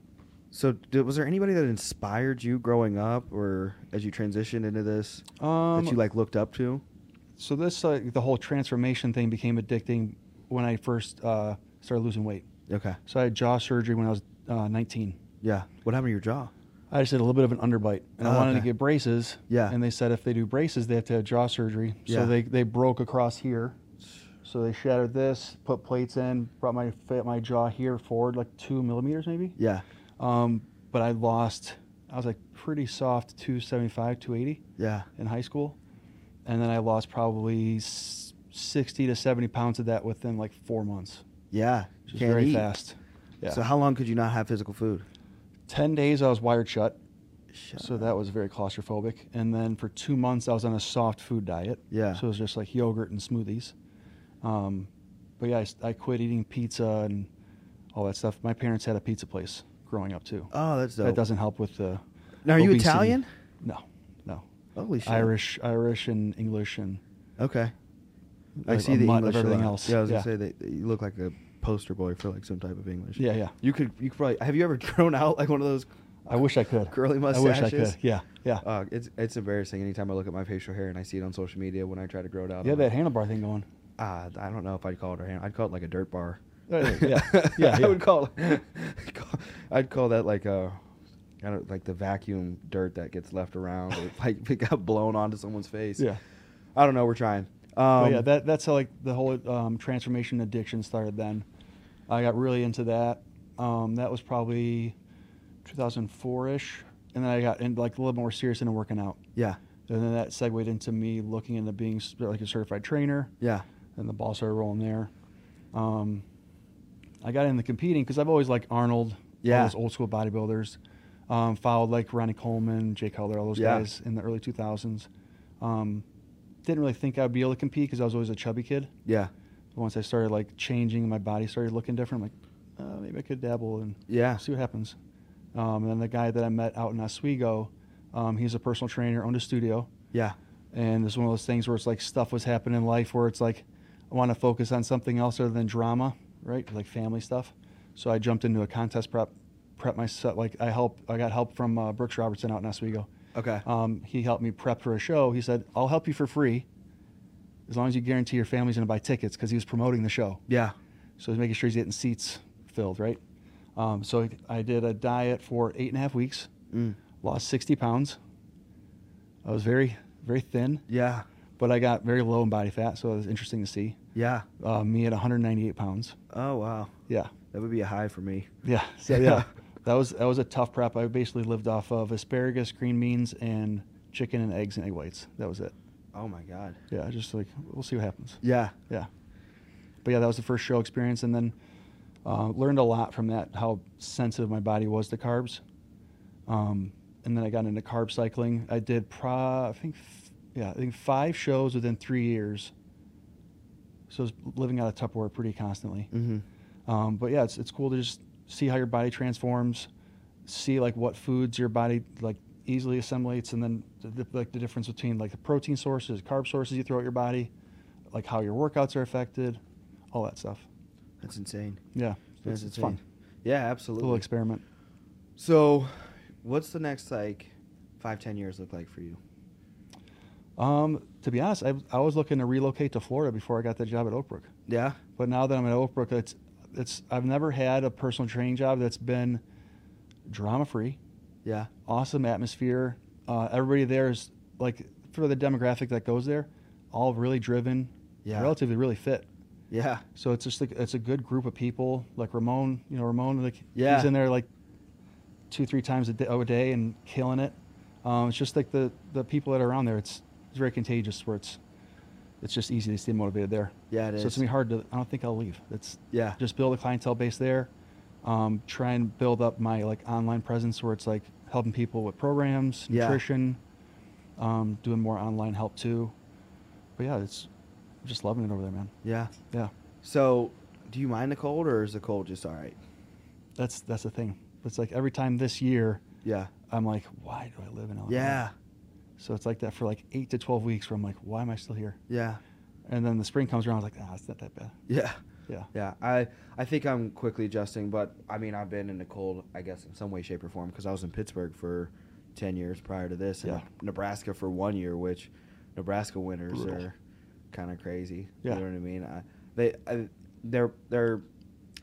Speaker 1: So, did, was there anybody that inspired you growing up, or as you transitioned into this,
Speaker 2: Um,
Speaker 1: that you like looked up to?
Speaker 2: so this like the whole transformation thing became addicting when I first uh, started losing weight.
Speaker 1: Okay.
Speaker 2: So I had jaw surgery when I was uh, 19.
Speaker 1: Yeah. What happened to your jaw?
Speaker 2: I just had a little bit of an underbite, and
Speaker 1: Oh,
Speaker 2: I wanted
Speaker 1: okay.
Speaker 2: to get braces.
Speaker 1: Yeah.
Speaker 2: And they said if they do braces, they have to have jaw surgery.
Speaker 1: Yeah.
Speaker 2: So they, they broke across here. So they shattered this, put plates in, brought my fa- my jaw here forward like two millimeters maybe.
Speaker 1: Yeah.
Speaker 2: Um, but I lost. I was like pretty soft, 275, 280
Speaker 1: Yeah.
Speaker 2: in high school, and then I lost probably s- 60 to 70 pounds of that within like four months,
Speaker 1: Yeah.
Speaker 2: which is
Speaker 1: Can't
Speaker 2: very
Speaker 1: eat.
Speaker 2: fast. Yeah.
Speaker 1: So, how long could you not have physical food?
Speaker 2: Ten days I was wired shut.
Speaker 1: Shut
Speaker 2: So
Speaker 1: up.
Speaker 2: that was very claustrophobic. And then for two months, I was on a soft food diet.
Speaker 1: Yeah.
Speaker 2: So it was just like yogurt and smoothies. Um, but yeah, I, s- I quit eating pizza and all that stuff. My parents had a pizza place growing up too.
Speaker 1: Oh, that's dope.
Speaker 2: That doesn't help with the.
Speaker 1: Now, are you
Speaker 2: obesity.
Speaker 1: Italian?
Speaker 2: No, no.
Speaker 1: Holy shit.
Speaker 2: Irish, Irish, and English, and
Speaker 1: Okay. I
Speaker 2: a-
Speaker 1: see
Speaker 2: a
Speaker 1: the
Speaker 2: mutt
Speaker 1: English
Speaker 2: of everything
Speaker 1: a lot.
Speaker 2: else.
Speaker 1: Yeah, I was
Speaker 2: Yeah.
Speaker 1: gonna say that that you look like a poster boy for like some type of English.
Speaker 2: Yeah, yeah.
Speaker 1: You could. You could probably. Have you ever grown out like one of those?
Speaker 2: I wish I could.
Speaker 1: Curly
Speaker 2: I wish I
Speaker 1: mustaches?
Speaker 2: could. Yeah, yeah.
Speaker 1: Uh, it's it's embarrassing. Anytime I look at my facial hair and I see it on social media when I try to grow it out.
Speaker 2: you
Speaker 1: I'm
Speaker 2: had that
Speaker 1: like,
Speaker 2: handlebar thing going.
Speaker 1: Uh, I don't know if I'd call it a hand. I'd call it like a dirt bar.
Speaker 2: Yeah, yeah, yeah,
Speaker 1: I
Speaker 2: yeah.
Speaker 1: would call, call. I'd call that like a, I don't like the vacuum dirt that gets left around. It, like it got blown onto someone's face.
Speaker 2: Yeah.
Speaker 1: I don't know. We're trying.
Speaker 2: But
Speaker 1: Um,
Speaker 2: yeah, that, that's how like the whole um, transformation addiction started. Then I got really into that. Um, that was probably 2004 ish, and then I got in, like a little more serious into working out.
Speaker 1: Yeah.
Speaker 2: And then that segued into me looking into being s- like a certified trainer,
Speaker 1: Yeah.
Speaker 2: and the ball started rolling there. Um, I got into competing because I've always liked Arnold,
Speaker 1: Yeah.
Speaker 2: all those old school bodybuilders. Um, followed like Ronnie Coleman, Jay Cutler, all those
Speaker 1: Yeah.
Speaker 2: guys in the early 2000s. Um, didn't really think I'd be able to compete because I was always a chubby kid.
Speaker 1: Yeah.
Speaker 2: But once I started like changing, my body started looking different. I'm like, uh, maybe I could dabble and
Speaker 1: Yeah.
Speaker 2: see what happens. Um, and then the guy that I met out in Oswego, um, he's a personal trainer, owned a studio,
Speaker 1: Yeah.
Speaker 2: and it's one of those things where it's like stuff was happening in life where it's like I want to focus on something else other than drama, right? Like family stuff. So I jumped into a contest prep, prep myself. Like I help, I got help from uh, Brooks Robertson out in Oswego.
Speaker 1: Okay.
Speaker 2: Um, he helped me prep for a show. He said, "I'll help you for free as long as you guarantee your family's going to buy tickets because he was promoting the show.
Speaker 1: Yeah.
Speaker 2: So he's making sure he's getting seats filled, right? Um, so I did a diet for eight and a half weeks,
Speaker 1: Mm.
Speaker 2: lost 60 pounds. I was very, very thin,
Speaker 1: Yeah.
Speaker 2: but I got very low in body fat, so it was interesting to see.
Speaker 1: Yeah.
Speaker 2: Uh, me at 198 pounds.
Speaker 1: Oh wow.
Speaker 2: Yeah.
Speaker 1: That would be a high for me.
Speaker 2: Yeah. So yeah, that was that was a tough prep. I basically lived off of asparagus, green beans, and chicken and eggs and egg whites. That was it.
Speaker 1: Oh my god.
Speaker 2: Yeah, just like we'll see what happens.
Speaker 1: Yeah.
Speaker 2: Yeah. But yeah, that was the first show experience, and then uh, learned a lot from that how sensitive my body was to carbs. Um, and then I got into carb cycling. I did pro, I think, f- yeah, I think five shows within three years. So I was living out of Tupperware pretty constantly.
Speaker 1: Mm-hmm.
Speaker 2: Um, but yeah, it's it's cool to just see how your body transforms, see like what foods your body like easily assimilates, and then the, the- like the difference between like the protein sources, carb sources you throw at your body, like how your workouts are affected, all that stuff.
Speaker 1: That's insane.
Speaker 2: Yeah, so
Speaker 1: That's
Speaker 2: it's, it's fun.
Speaker 1: insane. Yeah,
Speaker 2: A
Speaker 1: absolutely.
Speaker 2: little experiment.
Speaker 1: So, what's the next like five ten years look like for you?
Speaker 2: Um, to be honest, I, I was looking to relocate to Florida before I got that job at Oakbrook.
Speaker 1: Yeah.
Speaker 2: But now that I'm at Oakbrook, it's it's I've never had a personal training job that's been drama free.
Speaker 1: Yeah.
Speaker 2: awesome atmosphere. Uh, everybody there is like for the demographic that goes there, all really driven,
Speaker 1: Yeah.
Speaker 2: relatively really fit.
Speaker 1: Yeah.
Speaker 2: So it's just like it's a good group of people. Like Ramon, you know Ramon, like
Speaker 1: Yeah.
Speaker 2: he's in there like two three times a day, a day and killing it. Um, it's just like the the people that are around there. It's, it's very contagious. Where it's it's just easy to stay motivated there.
Speaker 1: Yeah, it
Speaker 2: so
Speaker 1: is.
Speaker 2: it's gonna be hard to. I don't think I'll leave. It's
Speaker 1: Yeah.
Speaker 2: just build a clientele base there. Um, try and build up my like online presence where it's like helping people with programs,
Speaker 1: Yeah.
Speaker 2: nutrition, um, doing more online help too. But yeah, it's I'm just loving it over there, man.
Speaker 1: Yeah.
Speaker 2: Yeah,
Speaker 1: So, do you mind the cold or is the cold just all right?
Speaker 2: that's that's the thing. It's like every time this year,
Speaker 1: Yeah.
Speaker 2: I'm like, why do I live in Illinois?
Speaker 1: Yeah.
Speaker 2: So it's like that for like eight to twelve weeks where I'm like, why am I still here?
Speaker 1: Yeah.
Speaker 2: And then the spring comes around, I was like, ah, it's not that bad.
Speaker 1: Yeah.
Speaker 2: Yeah.
Speaker 1: Yeah. I I think I'm quickly adjusting, but I mean I've been in the cold, I guess, in some way, shape, or form because I was in Pittsburgh for ten years prior to this, and
Speaker 2: Yeah.
Speaker 1: Nebraska for one year, which Nebraska winters
Speaker 2: Brutal.
Speaker 1: are kind of crazy.
Speaker 2: Yeah.
Speaker 1: You know what I mean? I, they I, they're they're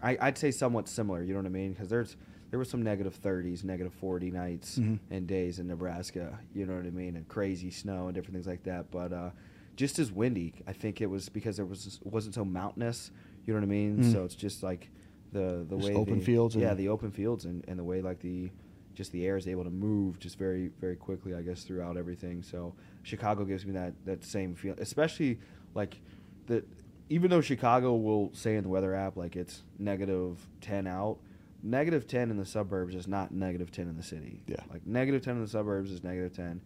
Speaker 1: I, I'd say somewhat similar. You know what I mean? Because there's there was some negative thirties, negative forty nights
Speaker 2: Mhm.
Speaker 1: and days in Nebraska. You know what I mean? And crazy snow and different things like that. But uh, just as windy, I think it was because there was wasn't so mountainous. You know what I mean?
Speaker 2: Mm.
Speaker 1: So it's just like the the
Speaker 2: Just
Speaker 1: way
Speaker 2: open
Speaker 1: the-
Speaker 2: fields and-
Speaker 1: yeah, the open fields and, and the way like the just the air is able to move just very very quickly. I guess throughout everything. So Chicago gives me that that same feel, especially like the even though Chicago will say in the weather app like it's negative ten out. Negative ten in the suburbs is not negative ten in the city.
Speaker 2: Yeah.
Speaker 1: Like negative ten in the suburbs is negative ten.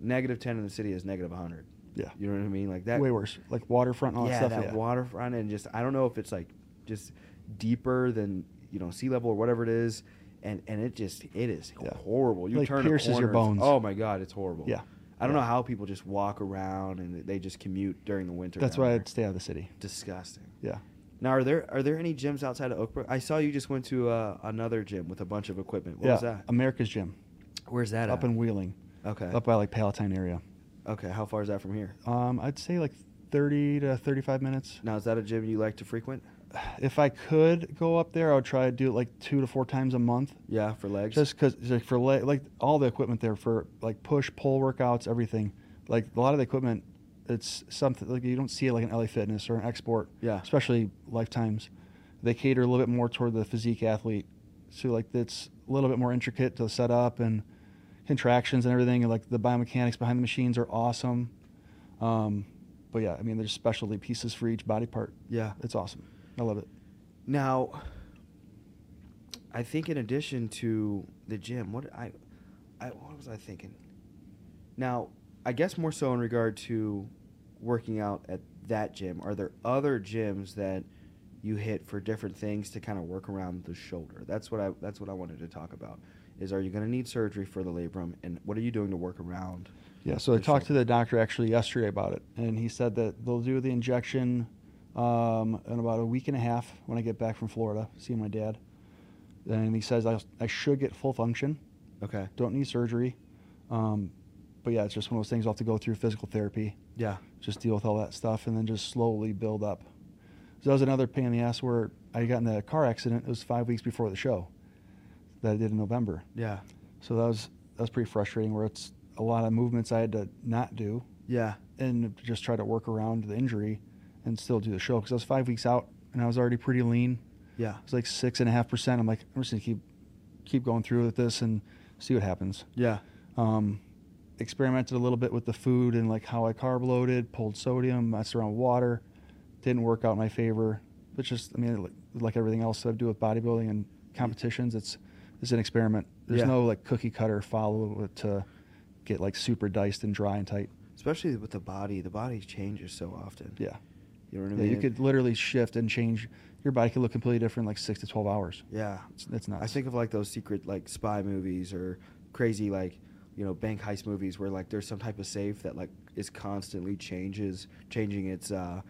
Speaker 1: Negative ten in the city is negative hundred.
Speaker 2: Yeah.
Speaker 1: You know what I mean? Like that
Speaker 2: Way worse. Like waterfront and all
Speaker 1: yeah,
Speaker 2: that stuff.
Speaker 1: that
Speaker 2: yeah.
Speaker 1: waterfront and just I don't know if it's like just deeper than you know sea level or whatever it is, and and it just it is
Speaker 2: Yeah.
Speaker 1: horrible. You
Speaker 2: Like,
Speaker 1: turn
Speaker 2: pierces
Speaker 1: a
Speaker 2: your
Speaker 1: corner,
Speaker 2: bones.
Speaker 1: Oh my god, it's horrible.
Speaker 2: Yeah.
Speaker 1: I don't
Speaker 2: Yeah.
Speaker 1: know how people just walk around and they just commute during the winter.
Speaker 2: That's
Speaker 1: down
Speaker 2: why
Speaker 1: there.
Speaker 2: I'd stay out of the city.
Speaker 1: disgusting.
Speaker 2: Yeah.
Speaker 1: Now, are there are there any gyms outside of Oakbrook? I saw you just went to uh, another gym with a bunch of equipment. What
Speaker 2: yeah.
Speaker 1: was that?
Speaker 2: America's Gym.
Speaker 1: Where's that at?
Speaker 2: Up in Wheeling.
Speaker 1: okay.
Speaker 2: Up by like Palatine area.
Speaker 1: okay. How far is that from here?
Speaker 2: Um, I'd say like 30 to 35 minutes.
Speaker 1: Now, is that a gym you like to frequent?
Speaker 2: If I could go up there, I would try to do it like two to four times a month.
Speaker 1: Yeah, for legs.
Speaker 2: Just because, like, for le- like all the equipment there for like push, pull workouts, everything. Like a lot of the equipment, it's something like you don't see it like an LA Fitness or an Export.
Speaker 1: Yeah.
Speaker 2: Especially Lifetimes, they cater a little bit more toward the physique athlete. So like it's a little bit more intricate to set up and contractions and everything. And like the biomechanics behind the machines are awesome. Um, but yeah, I mean there's specialty pieces for each body part.
Speaker 1: yeah.
Speaker 2: It's awesome. I love it.
Speaker 1: Now, I think in addition to the gym, what I, I what was I thinking? Now, I guess more so in regard to working out at that gym. Are there other gyms that you hit for different things to kind of work around the shoulder? That's what I that's what I wanted to talk about. Is are you going to need surgery for the labrum, and what are you doing to work around?
Speaker 2: Yeah, so I
Speaker 1: the
Speaker 2: talked to
Speaker 1: shoulder?
Speaker 2: the doctor actually yesterday about it, and he said that they'll do the injection um, in about a week and a half when I get back from Florida, seeing my dad. And he says I, I should get full function,
Speaker 1: Okay.
Speaker 2: don't need surgery. Um, But yeah, it's just one of those things we'll have to go through physical therapy,
Speaker 1: Yeah.
Speaker 2: just deal with all that stuff, and then just slowly build up. So that was another pain in the ass where I got in a car accident. It was five weeks before the show that I did in November.
Speaker 1: Yeah.
Speaker 2: So that was that was pretty frustrating. Where it's a lot of movements I had to not do
Speaker 1: Yeah.
Speaker 2: and just try to work around the injury and still do the show because I was five weeks out and I was already pretty lean.
Speaker 1: Yeah.
Speaker 2: I was like six and a half percent. I'm like I'm just gonna keep keep going through with this and see what happens.
Speaker 1: Yeah.
Speaker 2: Um, experimented a little bit with the food and like how I carb loaded, pulled sodium, messed around with water. Didn't work out in my favor, but just I mean like, like everything else that I do with bodybuilding and competitions, it's it's an experiment. There's
Speaker 1: Yeah.
Speaker 2: no like cookie cutter follow it to get like super diced and dry and tight.
Speaker 1: Especially with the body, the body changes so often.
Speaker 2: Yeah.
Speaker 1: You know what I
Speaker 2: Yeah,
Speaker 1: mean?
Speaker 2: you could literally shift and change. Your body could look completely different in like six to twelve hours.
Speaker 1: Yeah.
Speaker 2: It's, it's nuts.
Speaker 1: I think of like those secret like spy movies or crazy like you know bank heist movies where like there's some type of safe that like is constantly changes changing its uh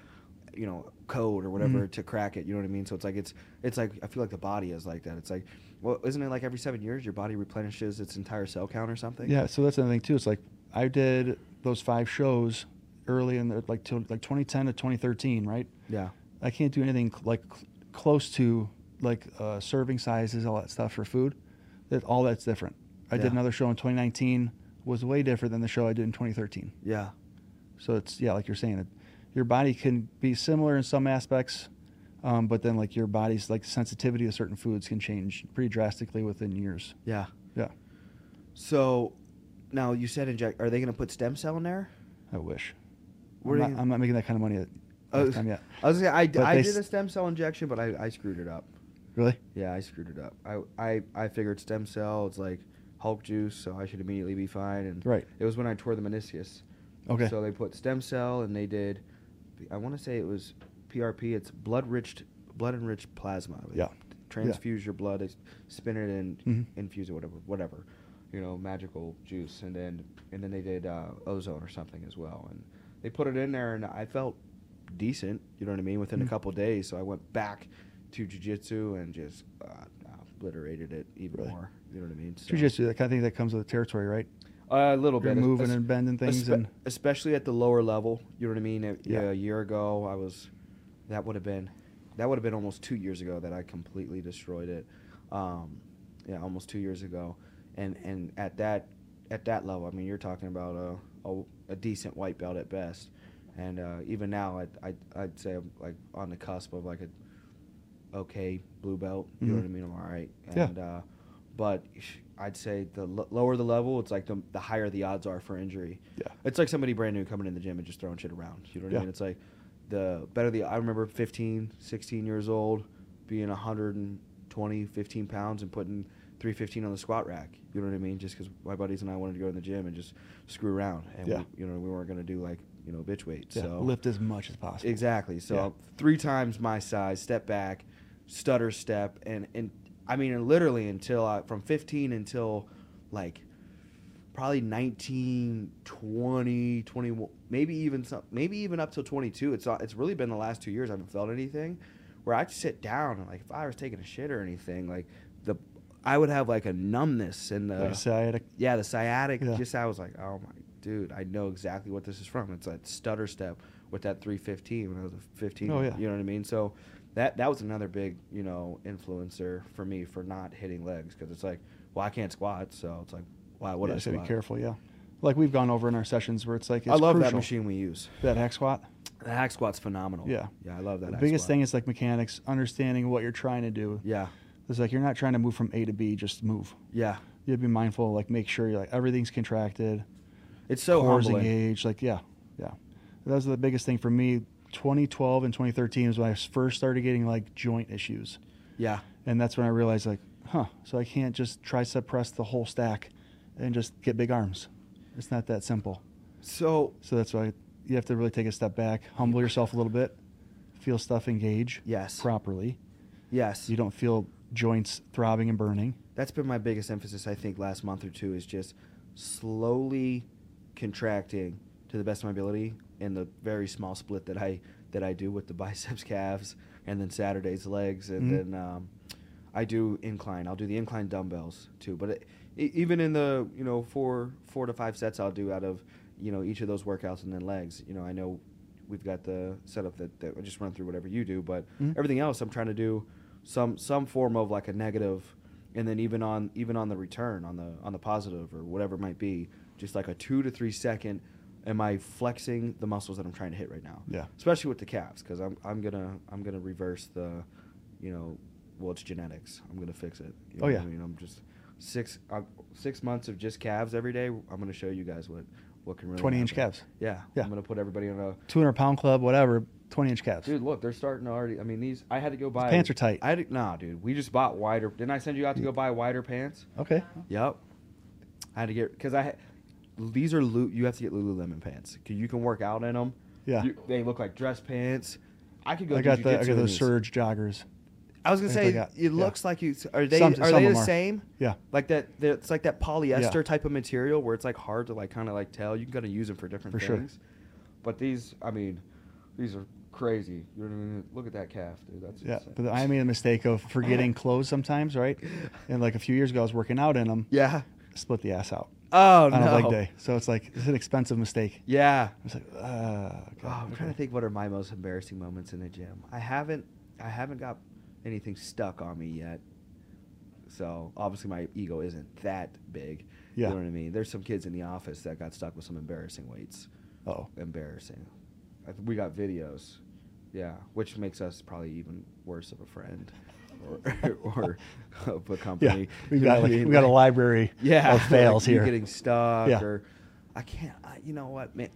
Speaker 1: you know code or whatever
Speaker 2: Mhm.
Speaker 1: to crack it you know what i mean so it's like it's it's like i feel like the body is like that it's like well isn't it like every seven years your body replenishes its entire cell count or something
Speaker 2: Yeah, so that's another thing too. It's like I did those five shows early in the, like till like 2010 to 2013, right?
Speaker 1: yeah
Speaker 2: I can't do anything cl- like cl- close to like uh, serving sizes, all that stuff for food. That all that's different. I
Speaker 1: Yeah.
Speaker 2: did another show in 2019 was way different than the show I did in 2013.
Speaker 1: yeah
Speaker 2: So it's yeah, like you're saying, it, your body can be similar in some aspects, um, but then like your body's like sensitivity to certain foods can change pretty drastically within years.
Speaker 1: yeah
Speaker 2: Yeah,
Speaker 1: so now you said inject are they going to put stem cell in there
Speaker 2: I wish.
Speaker 1: Where do
Speaker 2: I'm, not,
Speaker 1: you-
Speaker 2: I'm not making that kind of money yet.
Speaker 1: Oh,
Speaker 2: Lifetime yet.
Speaker 1: i was gonna say, i,
Speaker 2: um, But
Speaker 1: I
Speaker 2: they
Speaker 1: did
Speaker 2: s-
Speaker 1: a stem cell injection but i, I screwed it up
Speaker 2: Really?
Speaker 1: Yeah, I screwed it up. I, I, I figured stem cell, it's like Hulk juice, so I should immediately be fine. And
Speaker 2: Right.
Speaker 1: it was when I tore the meniscus.
Speaker 2: Okay.
Speaker 1: So they put stem cell, and they did, I want to say it was PRP. It's blood rich, blood enriched plasma. They
Speaker 2: Yeah.
Speaker 1: Transfuse your blood, it's- spin it, and
Speaker 2: Mhm.
Speaker 1: infuse it, whatever, whatever, you know, magical juice, and then and then they did uh, ozone or something as well, and they put it in there, and I felt decent. You know what I mean? Within
Speaker 2: Mhm.
Speaker 1: a couple days, so I went back to jujitsu and just uh, obliterated it even
Speaker 2: Really?
Speaker 1: more. You know what I mean? So-
Speaker 2: Jujitsu, that kind of thing that comes with the territory, right?
Speaker 1: a little
Speaker 2: You're
Speaker 1: bit. es-
Speaker 2: moving
Speaker 1: es-
Speaker 2: and bending things
Speaker 1: espe-
Speaker 2: and-
Speaker 1: especially at the lower level. You know what I mean? A,
Speaker 2: Yeah.
Speaker 1: a year ago, I was. That would have been, that would have been almost two years ago that I completely destroyed it. Um, yeah, almost two years ago, and and at that, at that level, I mean, you're talking about a a, a decent white belt at best, and uh, even now, I I I'd say I'm like on the cusp of like a, okay blue belt. You know
Speaker 2: Mhm.
Speaker 1: what I mean? I'm all right.
Speaker 2: Yeah.
Speaker 1: And, uh, but I'd say the l- lower the level, it's like the, the higher the odds are for injury.
Speaker 2: Yeah.
Speaker 1: It's like somebody brand new coming in the gym and just throwing shit around. You know what
Speaker 2: Yeah.
Speaker 1: I mean? It's like the better the. I remember 15, 16 years old being 120, 15 pounds and putting 315 on the squat rack. You know what I mean? Just because my buddies and I wanted to go in the gym and just screw around. And,
Speaker 2: Yeah.
Speaker 1: we, you know, we weren't going to do like, you know, bitch weight.
Speaker 2: Yeah,
Speaker 1: So
Speaker 2: lift as much as possible.
Speaker 1: Exactly. So
Speaker 2: Yeah.
Speaker 1: three times my size, step back, stutter step, and and I mean, and literally until I, from 15 until like probably 19, 20, 21, maybe even some, maybe even up till 22. It's uh, it's really been the last two years I haven't felt anything where I'd sit down and like if I was taking a shit or anything, like the I would have like a numbness and the
Speaker 2: Like I said, I had a-
Speaker 1: yeah, the sciatic.
Speaker 2: Yeah.
Speaker 1: Just I was like, oh my dude, I know exactly what this is from. It's that stutter step with that 315 when I was a 15.
Speaker 2: Oh, yeah.
Speaker 1: You know what I mean? So that that was another big you know influencer for me for not hitting legs because it's like, well, I can't squat, so it's like, why would
Speaker 2: yeah,
Speaker 1: I
Speaker 2: just gotta
Speaker 1: squat?
Speaker 2: be careful. Yeah, like we've gone over in our sessions where it's like it's
Speaker 1: I love that
Speaker 2: crucial.
Speaker 1: machine we use.
Speaker 2: That hack squat.
Speaker 1: The hack squat's phenomenal.
Speaker 2: Yeah.
Speaker 1: yeah, I love that.
Speaker 2: the
Speaker 1: hack
Speaker 2: biggest
Speaker 1: squat.
Speaker 2: thing is like mechanics, understanding what you're trying to do.
Speaker 1: Yeah,
Speaker 2: It's like you're not trying to move from A to B, just move.
Speaker 1: yeah,
Speaker 2: You have to be mindful, like make sure you're like everything's contracted.
Speaker 1: it's so
Speaker 2: cores
Speaker 1: humbling.
Speaker 2: engaged. Like, yeah, yeah. That was the biggest thing for me. 2012 and 2013 was when I first started getting like joint issues,
Speaker 1: Yeah,
Speaker 2: and that's when I realized like, huh, so I can't just tricep press the whole stack and just get big arms. It's not that simple.
Speaker 1: so
Speaker 2: So that's why you have to really take a step back, humble yourself a little bit, feel stuff engage
Speaker 1: Yes.
Speaker 2: properly.
Speaker 1: yes,
Speaker 2: So you don't feel joints throbbing and burning.
Speaker 1: that's been my biggest emphasis i think last month or two is just slowly contracting to the best of my ability in the very small split that i that i do with the biceps calves and then saturday's legs and
Speaker 2: Mhm.
Speaker 1: then um, i do incline i'll do the incline dumbbells too but it, e- even in the you know four four to five sets I'll do out of you know each of those workouts and then legs. You know, I know we've got the setup that, that I just run through whatever you do, but
Speaker 2: Mhm.
Speaker 1: everything else I'm trying to do some some form of like a negative, and then even on even on the return on the on the positive or whatever it might be, just like a two to three second. Am I flexing the muscles that I'm trying to hit right now?
Speaker 2: Yeah.
Speaker 1: especially with the calves, because I'm I'm gonna I'm gonna reverse the, you know, well it's genetics. I'm gonna fix it. You know
Speaker 2: Oh,
Speaker 1: what
Speaker 2: yeah.
Speaker 1: I mean, I'm just six uh, six months of just calves every day. I'm gonna show you guys what what can really
Speaker 2: 20 inch
Speaker 1: happen.
Speaker 2: calves.
Speaker 1: Yeah,
Speaker 2: Yeah.
Speaker 1: I'm gonna put everybody on a
Speaker 2: 200 pound club, whatever, 20 inch calves.
Speaker 1: dude. Look, they're starting to already. I mean, these I had to go buy
Speaker 2: pants are tight.
Speaker 1: I had to, nah, dude. We just bought wider. Didn't I send you out to go buy wider pants?
Speaker 2: Okay.
Speaker 1: Yep. I had to get because I had, these are Lu, you have to get Lululemon pants 'cause you can work out in them.
Speaker 2: Yeah.
Speaker 1: You- they look like dress pants. I could go.
Speaker 2: I
Speaker 1: do
Speaker 2: got the I
Speaker 1: jujitsu
Speaker 2: got
Speaker 1: in
Speaker 2: those
Speaker 1: these.
Speaker 2: surge joggers.
Speaker 1: I was gonna
Speaker 2: I think
Speaker 1: say
Speaker 2: I got-
Speaker 1: it
Speaker 2: yeah.
Speaker 1: looks like you are they
Speaker 2: Some-
Speaker 1: are
Speaker 2: some
Speaker 1: they
Speaker 2: of
Speaker 1: the
Speaker 2: them are.
Speaker 1: same?
Speaker 2: Yeah.
Speaker 1: Like that they're- it's like that polyester
Speaker 2: Yeah.
Speaker 1: type of material where it's like hard to like kind of like tell. You can kind of use them for different
Speaker 2: For sure.
Speaker 1: things. But these, I mean, these are crazy. You know what I mean? Look at that calf, dude. That's
Speaker 2: Yeah,
Speaker 1: insane.
Speaker 2: but I made a mistake of forgetting clothes sometimes, right? And like a few years ago, I was working out in them.
Speaker 1: yeah.
Speaker 2: Split the ass out
Speaker 1: Oh
Speaker 2: on
Speaker 1: no.
Speaker 2: a leg day, so it's like it's an expensive mistake.
Speaker 1: Yeah.
Speaker 2: I was like, ah, okay,
Speaker 1: Oh, I'm
Speaker 2: okay.
Speaker 1: trying to think what are my most embarrassing moments in the gym. I haven't I haven't got anything stuck on me yet. So obviously my ego isn't that big.
Speaker 2: Yeah.
Speaker 1: You know what I mean? There's some kids in the office that got stuck with some embarrassing weights.
Speaker 2: Oh,
Speaker 1: Embarrassing. I th- we got videos. Yeah, which makes us probably even worse of a friend or, or of a company.
Speaker 2: yeah, we
Speaker 1: You know
Speaker 2: got
Speaker 1: what I
Speaker 2: like,
Speaker 1: mean?
Speaker 2: we got a
Speaker 1: Like-
Speaker 2: library
Speaker 1: yeah,
Speaker 2: of fails
Speaker 1: like you
Speaker 2: here.
Speaker 1: Getting stuck,
Speaker 2: Yeah.
Speaker 1: or I can't. I, you know what, man?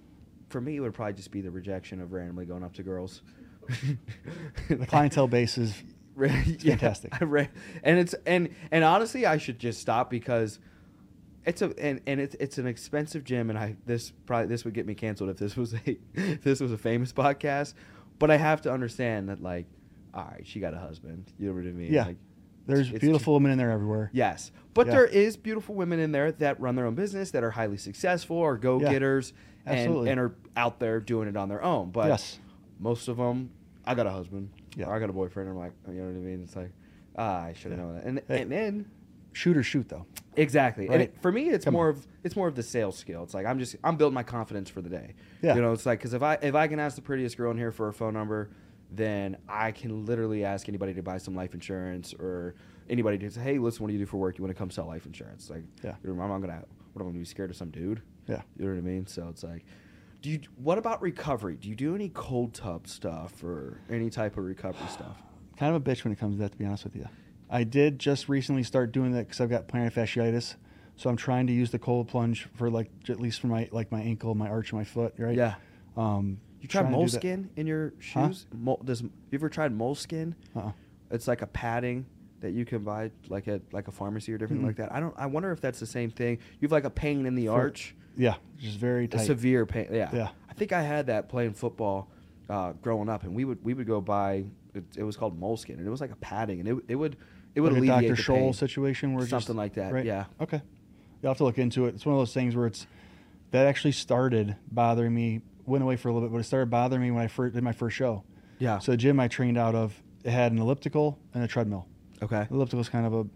Speaker 1: For me, it would probably just be the rejection of randomly going up to girls.
Speaker 2: The clientele base is
Speaker 1: Ra- yeah,
Speaker 2: fantastic.
Speaker 1: I ra- and it's and and honestly, I should just stop because it's a and, and it's it's an expensive gym, and I this probably this would get me canceled if this was a if this was a famous podcast. But I have to understand that like, all right, she got a husband. You know what I mean?
Speaker 2: Yeah.
Speaker 1: Like,
Speaker 2: there's
Speaker 1: it's- it's-
Speaker 2: beautiful women in there everywhere.
Speaker 1: Yes, but
Speaker 2: Yeah.
Speaker 1: there is beautiful women in there that run their own business that are highly successful or go getters and,
Speaker 2: Absolutely.
Speaker 1: and are out there doing it on their own. But
Speaker 2: Yes.
Speaker 1: most of them, I got a husband,
Speaker 2: Yeah.
Speaker 1: or I got a boyfriend. I'm like, you know what I mean? It's like, ah, I should have
Speaker 2: Yeah.
Speaker 1: known that. And
Speaker 2: Hey.
Speaker 1: and then
Speaker 2: Shoot or shoot though.
Speaker 1: exactly, and
Speaker 2: Right.
Speaker 1: it, for me, it's
Speaker 2: Come
Speaker 1: more
Speaker 2: on.
Speaker 1: of it's more of the sales skill. It's like I'm just I'm building my confidence for the day.
Speaker 2: Yeah.
Speaker 1: you know, it's like because if I if I can ask the prettiest girl in here for a phone number. Then I can literally ask anybody to buy some life insurance or anybody to say, "Hey, listen, what do you do for work? You want to come sell life insurance?" Like,
Speaker 2: Yeah.
Speaker 1: you know, I'm not gonna. What am I gonna be scared of some dude?
Speaker 2: Yeah.
Speaker 1: You know what I mean? So it's like, do you? What about recovery? Do you do any cold tub stuff or any type of recovery stuff?
Speaker 2: kind of a bitch when it comes to that, to be honest with you. I did just recently start doing that because I've got plantar fasciitis, so I'm trying to use the cold plunge for like j- at least for my like my ankle, my arch, my foot, right?
Speaker 1: Yeah.
Speaker 2: Um,
Speaker 1: You try
Speaker 2: trying to do that-
Speaker 1: moleskin in your
Speaker 2: Huh?
Speaker 1: shoes? Mol, does you ever tried moleskin?
Speaker 2: Uh-uh.
Speaker 1: It's like a padding that you can buy like at like a pharmacy or different
Speaker 2: Mm-mm.
Speaker 1: like that. I don't. I wonder if that's the same thing. You have like a pain in the
Speaker 2: Foot
Speaker 1: arch.
Speaker 2: Yeah, just very
Speaker 1: a
Speaker 2: tight.
Speaker 1: severe pain. Yeah.
Speaker 2: Yeah.
Speaker 1: I think I had that playing football uh, growing up, and we would we would go buy. It, it was called moleskin, and it was like a padding, and it, it would it would
Speaker 2: like a
Speaker 1: alleviate
Speaker 2: Dr.
Speaker 1: the
Speaker 2: Scholl
Speaker 1: pain.
Speaker 2: situation where it's just-
Speaker 1: something like that.
Speaker 2: right?
Speaker 1: Yeah.
Speaker 2: Okay. You'll have to look into it. It's one of those things where it's that actually started bothering me. Went away for a little bit, but it started bothering me when I first did my first show.
Speaker 1: Yeah.
Speaker 2: So the gym I trained out of it had an elliptical and a treadmill.
Speaker 1: okay.
Speaker 2: Elliptical is kind of a,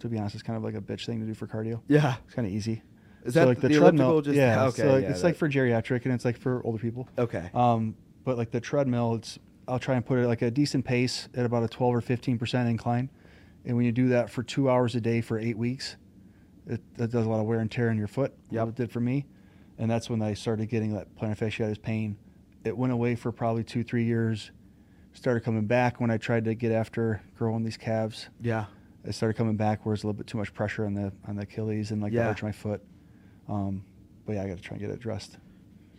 Speaker 2: to be honest, it's kind of like a bitch thing to do for cardio.
Speaker 1: Yeah.
Speaker 2: It's kind of easy.
Speaker 1: Is that the elliptical just-
Speaker 2: yeah?
Speaker 1: okay,
Speaker 2: so like,
Speaker 1: yeah,
Speaker 2: it's like
Speaker 1: that-
Speaker 2: for geriatric and it's like for older people.
Speaker 1: Okay.
Speaker 2: Um, but like the treadmill, it's I'll try and put it like a decent pace at about a 12 or 15 percent incline, and when you do that for two hours a day for eight weeks, it that does a lot of wear and tear on your foot. Yeah,
Speaker 1: Yep.
Speaker 2: it did for me, and that's when I started getting that plantar fasciitis pain. It went away for probably two three years. Started coming back when I tried to get after growing these calves
Speaker 1: yeah.
Speaker 2: it started coming back where it's a little bit too much pressure on the on the Achilles and like the
Speaker 1: Yeah.
Speaker 2: arch of my foot. Um, but yeah, I got to try and get it addressed.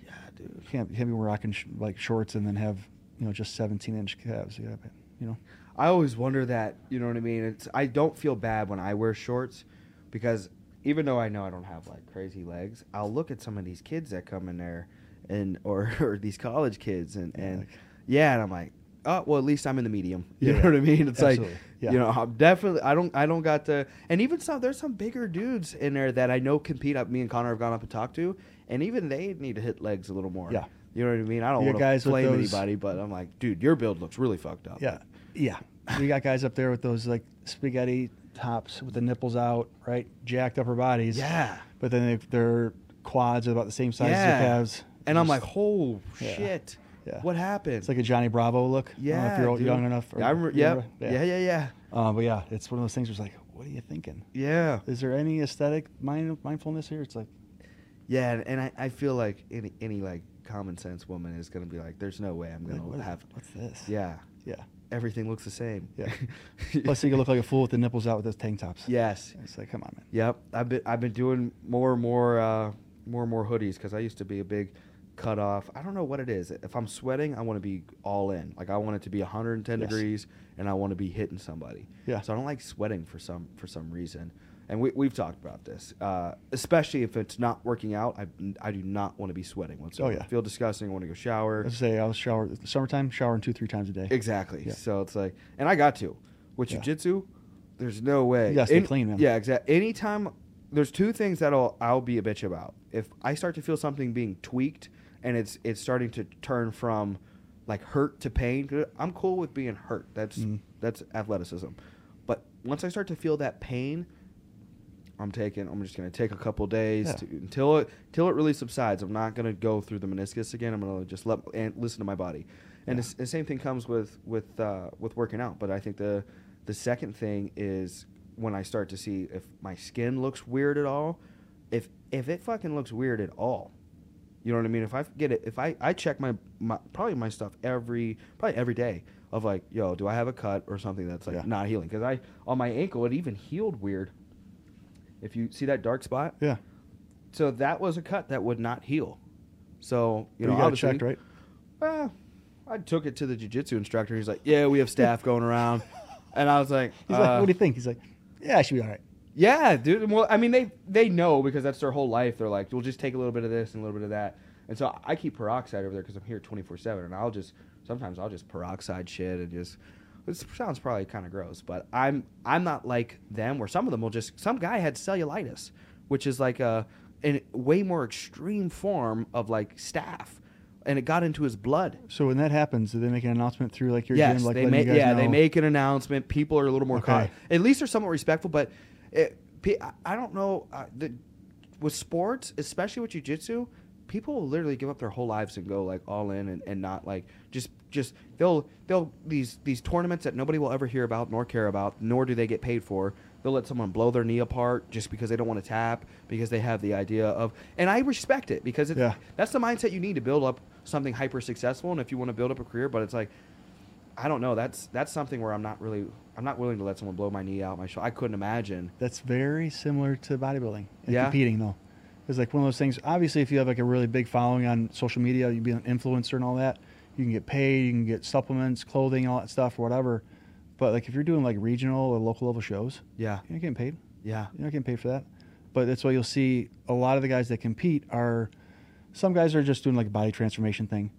Speaker 1: Yeah, dude.
Speaker 2: You can't, you can't be rocking sh- like shorts and then have you know just 17 inch calves. You got to you know.
Speaker 1: I always wonder that. You know what I mean? It's I don't feel bad when I wear shorts because even though I know I don't have like crazy legs, I'll look at some of these kids that come in there and or, or these college kids and and
Speaker 2: Like-
Speaker 1: yeah, and I'm like, oh well, at least I'm in the medium. You
Speaker 2: Yeah,
Speaker 1: know what I
Speaker 2: yeah.
Speaker 1: mean? It's
Speaker 2: Absolutely.
Speaker 1: like
Speaker 2: Yeah.
Speaker 1: you know I'm definitely I don't I don't got the and even some there's some bigger dudes in there that I know compete. Up me and Connor have gone up and talked to, and even they need to hit legs a little more.
Speaker 2: Yeah.
Speaker 1: You know what I mean? I don't
Speaker 2: You
Speaker 1: want
Speaker 2: got
Speaker 1: to
Speaker 2: guys with
Speaker 1: blame
Speaker 2: those-
Speaker 1: anybody, but I'm like, dude, your build looks really fucked up.
Speaker 2: Yeah, yeah. We got guys up there with those like spaghetti tops with the nipples out, right? Jacked upper bodies.
Speaker 1: Yeah.
Speaker 2: But then they, their quads are about the same size as your calves.
Speaker 1: And I'm
Speaker 2: Just-
Speaker 1: like, oh
Speaker 2: Yeah.
Speaker 1: shit,
Speaker 2: Yeah.
Speaker 1: what happened?
Speaker 2: it's like a Johnny Bravo look. I don't know
Speaker 1: yeah,
Speaker 2: if you're old,
Speaker 1: dude.
Speaker 2: young enough. or-
Speaker 1: Yeah, I remember, yep.
Speaker 2: remember?
Speaker 1: yeah, yeah, yeah,
Speaker 2: Uh, but yeah, it's one of those things where it's like, what are you thinking?
Speaker 1: yeah,
Speaker 2: Is there any aesthetic mind, mindfulness here? It's like,
Speaker 1: yeah. And, and I, I feel like any any like common sense woman is gonna be like, there's no way I'm
Speaker 2: like,
Speaker 1: gonna
Speaker 2: what-
Speaker 1: have.
Speaker 2: what's this?
Speaker 1: Yeah,
Speaker 2: Yeah.
Speaker 1: everything looks the same.
Speaker 2: Yeah. Plus, you can look like a fool with the nipples out with those tank tops.
Speaker 1: Yes.
Speaker 2: It's like, come on, man.
Speaker 1: Yep, I've been I've been doing more and more uh, more and more hoodies because I used to be a big cut off. I don't know what it is. If I'm sweating, I want to be all in. Like I want it to be 110
Speaker 2: Yes.
Speaker 1: degrees, and I want to be hitting somebody.
Speaker 2: Yeah.
Speaker 1: So I don't like sweating for some for some reason. And we we've talked about this, uh, especially if it's not working out. I I do not want to be sweating. Whatsoever.
Speaker 2: Oh, yeah.
Speaker 1: I feel disgusting. I want to go shower.
Speaker 2: Let's say I was shower summertime, showering two, three times a day.
Speaker 1: Exactly.
Speaker 2: Yeah.
Speaker 1: So it's like, and I got to with
Speaker 2: Yeah.
Speaker 1: jujitsu. There's no way.
Speaker 2: You gotta stay clean, man.
Speaker 1: Yeah, exactly. Anytime there's two things that I'll I'll be a bitch about. If I start to feel something being tweaked and it's it's starting to turn from like hurt to pain, I'm cool with being hurt. That's
Speaker 2: Mhm.
Speaker 1: that's athleticism. But once I start to feel that pain, I'm taking. I'm just gonna take a couple days
Speaker 2: Yeah.
Speaker 1: to, until it until it really subsides. I'm not gonna go through the meniscus again. I'm gonna just let and listen to my body. And
Speaker 2: Yeah.
Speaker 1: it's- the same thing comes with with uh, with working out. But I think the the second thing is when I start to see if my skin looks weird at all. If if it fucking looks weird at all, you know what I mean. If I get it, if I I check my, my probably my stuff every probably every day of like, yo, do I have a cut or something that's like
Speaker 2: Yeah.
Speaker 1: not healing? Because I on my ankle it even healed weird. If you see that dark spot,
Speaker 2: Yeah.
Speaker 1: so that was a cut that would not heal. So you know,
Speaker 2: But you got it
Speaker 1: obviously,
Speaker 2: checked, right?
Speaker 1: well, I took it to the jujitsu instructor. He's like, "Yeah, we have staff going around," and I was like,
Speaker 2: He's
Speaker 1: uh,
Speaker 2: like, what do you think? He's like, yeah, I should be all right.
Speaker 1: "Yeah, dude." Well, I mean, they they know because that's their whole life. They're like, "We'll just take a little bit of this and a little bit of that." And so I keep peroxide over there because I'm here 24 seven, and I'll just sometimes I'll just peroxide shit and just. It sounds probably kind of gross, but I'm I'm not like them. Where some of them will just some guy had cellulitis, which is like a in way more extreme form of like staph, and it got into his blood.
Speaker 2: So when that happens, do they make an announcement through like your
Speaker 1: yes,
Speaker 2: gym? Like
Speaker 1: they
Speaker 2: letting
Speaker 1: make
Speaker 2: you guys
Speaker 1: yeah they
Speaker 2: know?
Speaker 1: make an announcement. People are a little more
Speaker 2: Okay.
Speaker 1: cautious. At least they're somewhat respectful, but it, pe- I- I don't know uh, the, with sports, especially with jujitsu, people will literally give up their whole lives and go like all in and, and not like just just they'll they'll these these tournaments that nobody will ever hear about nor care about nor do they get paid for. They'll let someone blow their knee apart just because they don't want to tap because they have the idea of and I respect it because it's,
Speaker 2: Yeah.
Speaker 1: that's the mindset you need to build up something hyper successful and if you want to build up a career but it's like I don't know. That's that's something where I'm not really I'm not willing to let someone blow my knee out my shoulder. I couldn't imagine.
Speaker 2: That's very similar to bodybuilding and
Speaker 1: Yeah.
Speaker 2: competing, though. It's like one of those things. Obviously, if you have like a really big following on social media, you'd be an influencer and all that. You can get paid. You can get supplements, clothing, all that stuff, whatever. But like if you're doing like regional or local level shows,
Speaker 1: Yeah,
Speaker 2: you're not getting paid.
Speaker 1: yeah,
Speaker 2: You're not getting paid for that. But that's why you'll see a lot of the guys that compete are. Some guys are just doing like a body transformation thing,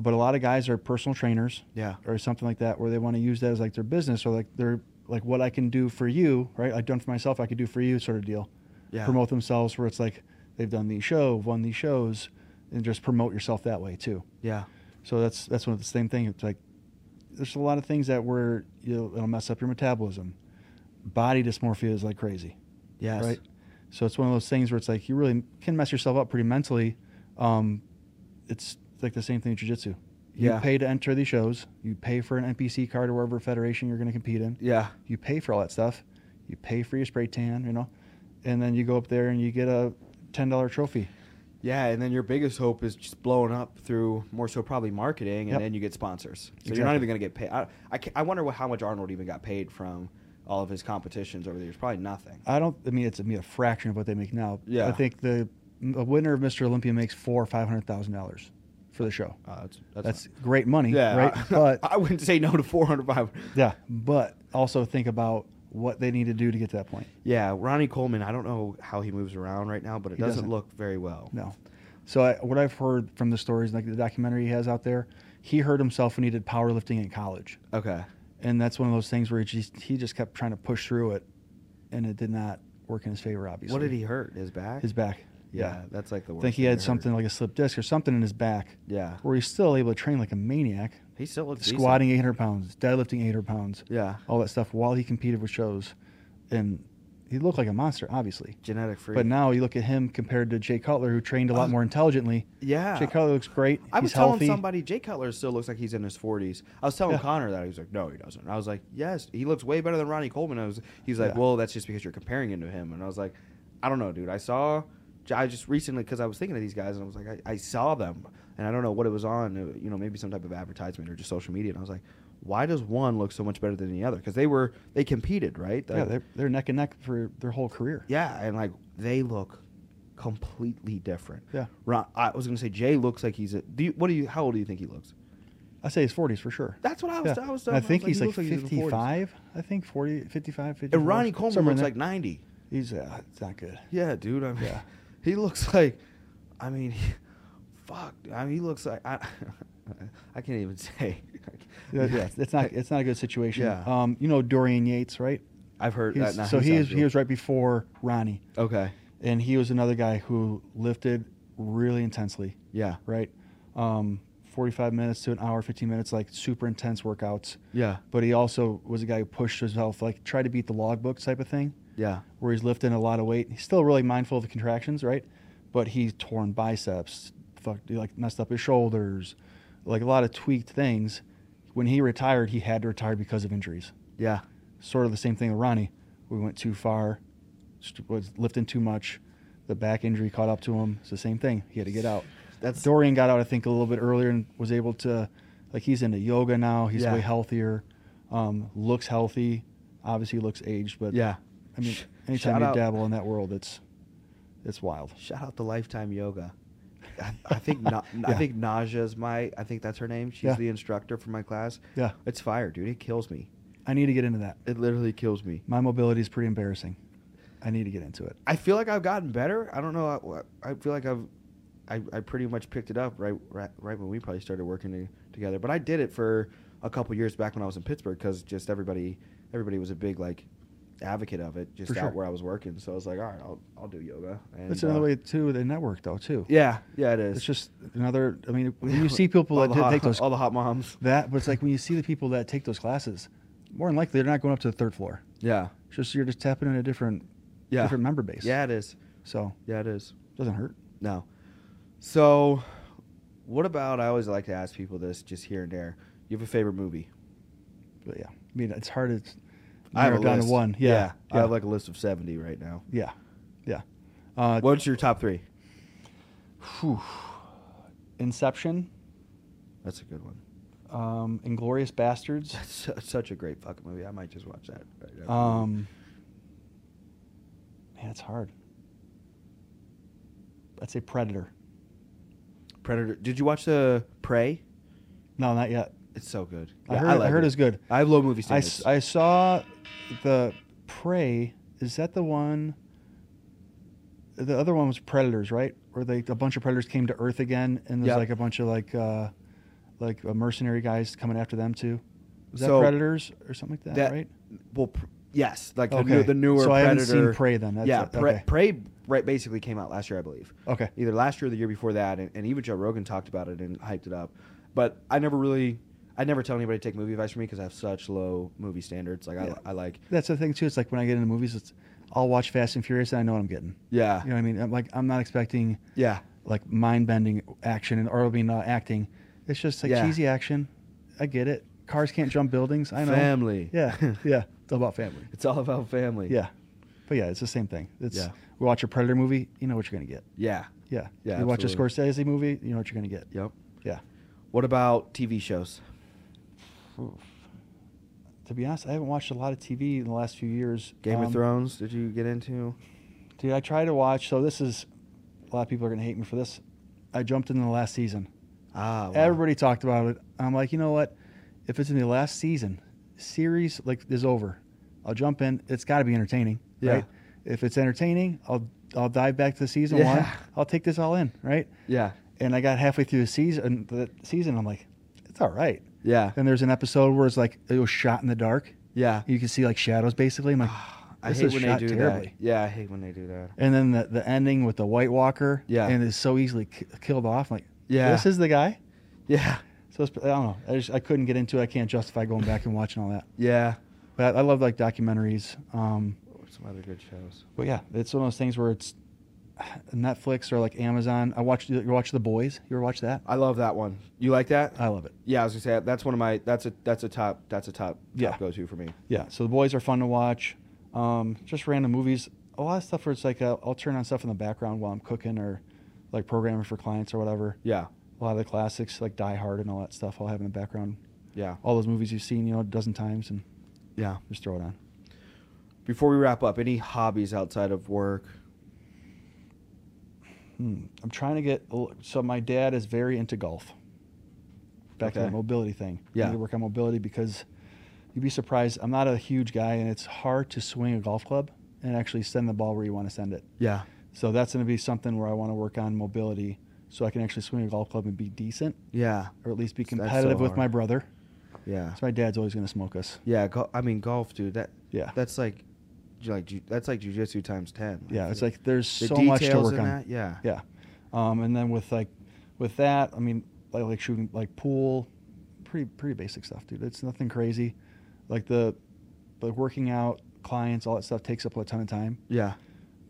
Speaker 2: but a lot of guys are personal trainers
Speaker 1: yeah,
Speaker 2: or something like that, where they want to use that as like their business or like their like what I can do for you, right? I've done for myself, I could do for you, sort of deal.
Speaker 1: yeah.
Speaker 2: Promote themselves where it's like they've done these show, won these shows, and just promote yourself that way too.
Speaker 1: Yeah,
Speaker 2: So that's that's one of the same thing. It's like there's a lot of things that where you know, it'll mess up your metabolism. Body dysmorphia is like crazy,
Speaker 1: yes,
Speaker 2: right? So it's one of those things where it's like you really can mess yourself up pretty mentally. Um, it's like the same thing with jujitsu. You
Speaker 1: Yeah.
Speaker 2: pay to enter these shows. You pay for an NPC card or whatever federation you're going to compete in.
Speaker 1: yeah,
Speaker 2: You pay for all that stuff. You pay for your spray tan, you know, and then you go up there and you get a ten dollar trophy.
Speaker 1: yeah. And then your biggest hope is just blowing up through more so probably marketing, and
Speaker 2: Yep.
Speaker 1: then you get sponsors. So you're not
Speaker 2: Exactly.
Speaker 1: even going to get paid. I, I, ca- I wonder what, how much Arnold even got paid from all of his competitions over the years. Probably nothing.
Speaker 2: I don't. I mean, it's I mean, a fraction of what they make now.
Speaker 1: Yeah.
Speaker 2: I think the a winner of Mr. Olympia makes four or five hundred thousand dollars for the show.
Speaker 1: Uh, that's
Speaker 2: That's great money,
Speaker 1: yeah.
Speaker 2: right?
Speaker 1: I,
Speaker 2: But
Speaker 1: I wouldn't say no to 405.
Speaker 2: Yeah, but also think about what they need to do to get to that point.
Speaker 1: Yeah, Ronnie Coleman. I don't know how he moves around right now, but it
Speaker 2: He
Speaker 1: doesn't,
Speaker 2: doesn't.
Speaker 1: look very well.
Speaker 2: No. So I, what I've heard from the stories, like the documentary he has out there, he hurt himself when he did powerlifting in college,
Speaker 1: Okay.
Speaker 2: and that's one of those things where he just, he just kept trying to push through it, and it did not work in his favor. Obviously,
Speaker 1: What did he hurt? His back.
Speaker 2: His back.
Speaker 1: Yeah, that's like the
Speaker 2: I
Speaker 1: worst.
Speaker 2: think he
Speaker 1: thing
Speaker 2: had
Speaker 1: to hurt.
Speaker 2: something like a slip disc or something in his back,
Speaker 1: Yeah,
Speaker 2: where he's still able to train like a maniac,
Speaker 1: he still looks decent.
Speaker 2: squatting 800 pounds, deadlifting 800 pounds,
Speaker 1: Yeah,
Speaker 2: all that stuff while he competed with shows, and he looked like a monster, obviously.
Speaker 1: Genetic freak.
Speaker 2: But now you look at him compared to Jay Cutler, who trained a lot
Speaker 1: Uh,
Speaker 2: more intelligently.
Speaker 1: yeah.
Speaker 2: Jay Cutler looks great.
Speaker 1: I
Speaker 2: He's
Speaker 1: was telling
Speaker 2: healthy.
Speaker 1: somebody Jay Cutler still looks like he's in his 40s. I was telling
Speaker 2: Yeah.
Speaker 1: Connor that he was like, no, he doesn't. I was like, yes, he looks way better than Ronnie Coleman. I was, he's like,
Speaker 2: Yeah.
Speaker 1: well, that's just because you're comparing him to him. And I was like, I don't know, dude. I saw, I just recently because I was thinking of these guys and I was like, I, I saw them and I don't know what it was on. uh, You know, maybe some type of advertisement or just social media. And I was like, why does one look so much better than the other? Because they were they competed, right?
Speaker 2: Yeah,
Speaker 1: Like,
Speaker 2: they're, they're neck and neck for their whole career.
Speaker 1: yeah, and like they look completely different.
Speaker 2: Yeah.
Speaker 1: Ron, I was gonna say Jay looks like he's. A, do you, what do you? How old do you think he looks?
Speaker 2: I say his 40s for sure.
Speaker 1: That's what I was.
Speaker 2: Yeah.
Speaker 1: I was.
Speaker 2: And I think he's
Speaker 1: he
Speaker 2: like
Speaker 1: looks in his 40s.
Speaker 2: 55. I think 40, 55, 54.
Speaker 1: And Ronnie Coleman
Speaker 2: somewhere in
Speaker 1: looks
Speaker 2: there.
Speaker 1: like ninety.
Speaker 2: he's uh, it's not good.
Speaker 1: Yeah, dude. I mean,
Speaker 2: Yeah.
Speaker 1: he looks like. I mean, he, fuck. dude, I mean, he looks like. I, I can't even say.
Speaker 2: Yeah, yeah, it's not it's not a good situation.
Speaker 1: Yeah. uh,
Speaker 2: Um, you know Dorian Yates, right?
Speaker 1: I've heard.
Speaker 2: He's-
Speaker 1: that. nah,
Speaker 2: so
Speaker 1: he
Speaker 2: he
Speaker 1: sounds
Speaker 2: is, he
Speaker 1: real-
Speaker 2: was right before Ronnie,
Speaker 1: Okay.
Speaker 2: and he was another guy who lifted really intensely,
Speaker 1: Yeah.
Speaker 2: right? Um, Forty-five minutes to an hour, fifteen minutes, like super intense workouts.
Speaker 1: Yeah.
Speaker 2: But he also was a guy who pushed himself, like tried to beat the logbook type of thing,
Speaker 1: Yeah.
Speaker 2: where he's lifting a lot of weight. He's still really mindful of the contractions, right? But he's torn biceps, fucked, like messed up his shoulders, like a lot of tweaked things. When he retired, he had to retire because of injuries
Speaker 1: Yeah.
Speaker 2: sort of the same thing with Ronnie. We went too far, st- was lifting too much. The back injury caught up to him. It's the same thing. He had to get out.
Speaker 1: That's-
Speaker 2: Dorian got out, I think, a little bit earlier and was able to, like, he's into yoga now. He's
Speaker 1: Yeah.
Speaker 2: way healthier. Um, looks healthy. Obviously, looks aged, but
Speaker 1: Yeah.
Speaker 2: I mean,
Speaker 1: Sh-
Speaker 2: anytime
Speaker 1: shout
Speaker 2: you
Speaker 1: out-
Speaker 2: dabble in that world, it's it's wild.
Speaker 1: Shout out to Lifetime Yoga. I, I think Na- I
Speaker 2: Yeah.
Speaker 1: think Naja's my I think that's her name. She's
Speaker 2: Yeah.
Speaker 1: the instructor for my class.
Speaker 2: Yeah.
Speaker 1: It's fire, dude. It kills me.
Speaker 2: I need to get into that.
Speaker 1: It literally kills me.
Speaker 2: My mobility is pretty embarrassing. I need to get into it.
Speaker 1: I feel like I've gotten better. I don't know. I, I feel like I've I, I pretty much picked it up right, right right when we probably started working to- together. But I did it for a couple years back when I was in Pittsburgh because just everybody everybody was a big like advocate of it just
Speaker 2: For
Speaker 1: out
Speaker 2: sure.
Speaker 1: where I was working. So I was like, all right, I'll I'll do yoga. And,
Speaker 2: That's another
Speaker 1: uh,
Speaker 2: way too. The network, though, too.
Speaker 1: Yeah, yeah, it is.
Speaker 2: It's just another. I mean, when you see people
Speaker 1: All
Speaker 2: that
Speaker 1: the
Speaker 2: do-
Speaker 1: hot-
Speaker 2: take those
Speaker 1: all the hot moms.
Speaker 2: that, but it's like when you see the people that take those classes, more than likely they're not going up to the third floor.
Speaker 1: Yeah,
Speaker 2: It's just you're just tapping in a different,
Speaker 1: yeah.
Speaker 2: different member base.
Speaker 1: Yeah, it is.
Speaker 2: So
Speaker 1: Yeah, it is.
Speaker 2: it doesn't hurt.
Speaker 1: No. So, what about? I always like to ask people this, just here and there. You have a favorite movie?
Speaker 2: But yeah, I mean it's hard to
Speaker 1: I have
Speaker 2: narrow
Speaker 1: a
Speaker 2: down
Speaker 1: list.
Speaker 2: to one. Yeah, yeah,
Speaker 1: I have like a list of seventy right now.
Speaker 2: yeah, yeah. Uh,
Speaker 1: What's your top three?
Speaker 2: whew. Inception,
Speaker 1: That's a good one.
Speaker 2: um, Inglorious Bastards,
Speaker 1: That's su- such a great fucking movie. I might just watch that. right now.
Speaker 2: um, man, it's hard. I'd say Predator.
Speaker 1: Predator. Did you watch the Prey?
Speaker 2: No, not yet.
Speaker 1: It's so good.
Speaker 2: I heard- I heard it's good.
Speaker 1: I have low movie
Speaker 2: I,
Speaker 1: standards.
Speaker 2: s- I saw the prey. Is that the one? The other one was Predators, right? Where they a bunch of predators came to Earth again, and there's
Speaker 1: Yeah.
Speaker 2: like a bunch of like uh, like uh, mercenary guys coming after them too. Was that
Speaker 1: So-
Speaker 2: Predators or something like that, right?
Speaker 1: Well, pr- yes, like the,
Speaker 2: Okay.
Speaker 1: new, the newer.
Speaker 2: So I haven't
Speaker 1: Predator.
Speaker 2: seen Prey then. That's
Speaker 1: yeah,
Speaker 2: it.
Speaker 1: Pre-
Speaker 2: Okay.
Speaker 1: Prey right basically came out last year, I believe.
Speaker 2: Okay.
Speaker 1: Either last year or the year before that, and, and even Joe Rogan talked about it and hyped it up. But I never really, I never tell anybody to take movie advice from me because I have such low movie standards. Like
Speaker 2: Yeah.
Speaker 1: I, I like,
Speaker 2: That's the thing too. It's like when I get into movies, it's I'll watch Fast and Furious and I know what I'm getting.
Speaker 1: yeah,
Speaker 2: You know what I mean? I'm like I'm not expecting
Speaker 1: yeah,
Speaker 2: like mind bending action and or I mean uh, acting. It's just like
Speaker 1: Yeah.
Speaker 2: cheesy action. I get it. Cars can't jump buildings. I know.
Speaker 1: Family.
Speaker 2: Yeah, yeah. It's all about family.
Speaker 1: it's all about family.
Speaker 2: Yeah, but yeah, it's the same thing. It's
Speaker 1: Yeah.
Speaker 2: we watch a Predator movie. You know what you're gonna get.
Speaker 1: yeah,
Speaker 2: Yeah.
Speaker 1: Yeah,
Speaker 2: You watch a
Speaker 1: absolutely.
Speaker 2: Scorsese movie. You know what you're gonna get.
Speaker 1: yep.
Speaker 2: Yeah.
Speaker 1: What about TV shows?
Speaker 2: To be honest, I haven't watched a lot of TV in the last few years.
Speaker 1: Game
Speaker 2: Um,
Speaker 1: of Thrones? Did you get into?
Speaker 2: Dude, I try to watch. So this is a lot of people are gonna hate me for this. I jumped into the last season.
Speaker 1: Ah, wow.
Speaker 2: Everybody talked about it. I'm like, you know what? If it's in the last season, series like is over. I'll jump in. It's got to be entertaining,
Speaker 1: Yeah.
Speaker 2: right? If it's entertaining, I'll I'll dive back to season
Speaker 1: Yeah.
Speaker 2: one. I'll take this all in, right?
Speaker 1: Yeah,
Speaker 2: And I got halfway through the season. The season, I'm like, it's all right.
Speaker 1: yeah,
Speaker 2: Then there's an episode where it's like it was shot in the dark.
Speaker 1: yeah.
Speaker 2: You can see like shadows, basically. I'm like,
Speaker 1: I
Speaker 2: this
Speaker 1: hate
Speaker 2: is
Speaker 1: when they
Speaker 2: shot
Speaker 1: do
Speaker 2: terribly.
Speaker 1: that. Yeah, I hate when they do that.
Speaker 2: And then the, the ending with the White Walker,
Speaker 1: Yeah.
Speaker 2: and it's so easily k- killed off. I'm like,
Speaker 1: Yeah.
Speaker 2: this is the guy.
Speaker 1: Yeah,
Speaker 2: So it's, I don't know. I just I couldn't get into it. I can't justify going back and watching all that.
Speaker 1: yeah. Oh,
Speaker 2: But I, I love like documentaries. Um,
Speaker 1: some other good shows.
Speaker 2: But yeah, it's one of those things where it's Netflix or like Amazon. I watched you watch The Boys. You ever watch that?
Speaker 1: I love that one. You like that?
Speaker 2: I love it.
Speaker 1: yeah, I was gonna say that's one of my that's a that's a top that's a top, top
Speaker 2: Yeah.
Speaker 1: go to for me.
Speaker 2: Yeah, so The Boys are fun to watch. Um, just random movies. A lot of stuff where it's like uh, I'll turn on stuff in the background while I'm cooking or like programming for clients or whatever.
Speaker 1: Yeah,
Speaker 2: A lot of the classics like Die Hard and all that stuff I'll have in the background.
Speaker 1: yeah,
Speaker 2: All those movies you've seen, you know, a dozen times and
Speaker 1: yeah.
Speaker 2: just throw it on.
Speaker 1: Before we wrap up, any hobbies outside of work?
Speaker 2: Hmm. I'm trying to get. So my dad is very into golf. Back to
Speaker 1: Okay.
Speaker 2: that mobility thing. I
Speaker 1: Yeah.
Speaker 2: need to work on mobility because you'd be surprised. I'm not a huge guy, and it's hard to swing a golf club and actually send the ball where you want to send it.
Speaker 1: Yeah,
Speaker 2: So that's going to be something where I want to work on mobility, so I can actually swing a golf club and be decent,
Speaker 1: yeah,
Speaker 2: or at least be
Speaker 1: That's so
Speaker 2: competitive with
Speaker 1: hard.
Speaker 2: my brother.
Speaker 1: yeah,
Speaker 2: So my dad's always going to smoke us.
Speaker 1: yeah. Go- I mean, golf, dude. That
Speaker 2: Yeah.
Speaker 1: that's like, ju- like ju- that's like jujitsu times ten.
Speaker 2: Yeah, it's
Speaker 1: feel-
Speaker 2: like there's
Speaker 1: the
Speaker 2: so much to
Speaker 1: details in
Speaker 2: work on.
Speaker 1: That, yeah,
Speaker 2: Yeah. Um, and then with like with that, I mean like, like shooting like pool, pretty pretty basic stuff, dude. It's nothing crazy. Like the like working out, clients, all that stuff takes up a ton of time.
Speaker 1: yeah,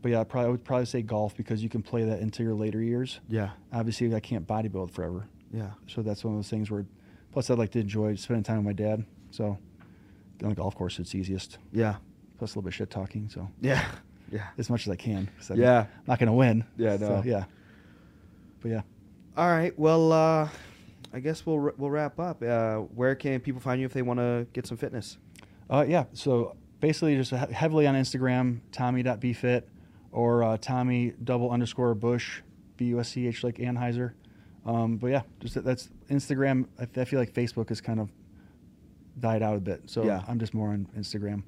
Speaker 2: But yeah, I probably I would probably say golf because you can play that into your later years.
Speaker 1: yeah,
Speaker 2: Obviously, I can't bodybuild forever,
Speaker 1: yeah.
Speaker 2: so that's one of those things where. Plus, I'd like to enjoy spending time with my dad. So, on the golf course, it's easiest.
Speaker 1: Yeah.
Speaker 2: Plus, a little bit of shit talking. So,
Speaker 1: Yeah. Yeah.
Speaker 2: as much as I can. 'cause I'm
Speaker 1: Yeah.
Speaker 2: Not going to win.
Speaker 1: Yeah, no.
Speaker 2: So, yeah. But yeah.
Speaker 1: All right. Well, uh, I guess we'll wr- we'll wrap up. Uh, where can people find you if they want to get some fitness?
Speaker 2: Uh, yeah. So basically, just he- heavily on Instagram, Tommy.bfit or uh, Tommy double underscore Bush, B U S C H like Anheuser. Um, but yeah, just that- that's Instagram. I, f- I feel like Facebook has kind of died out a bit. So
Speaker 1: Yeah.
Speaker 2: I'm just more on Instagram.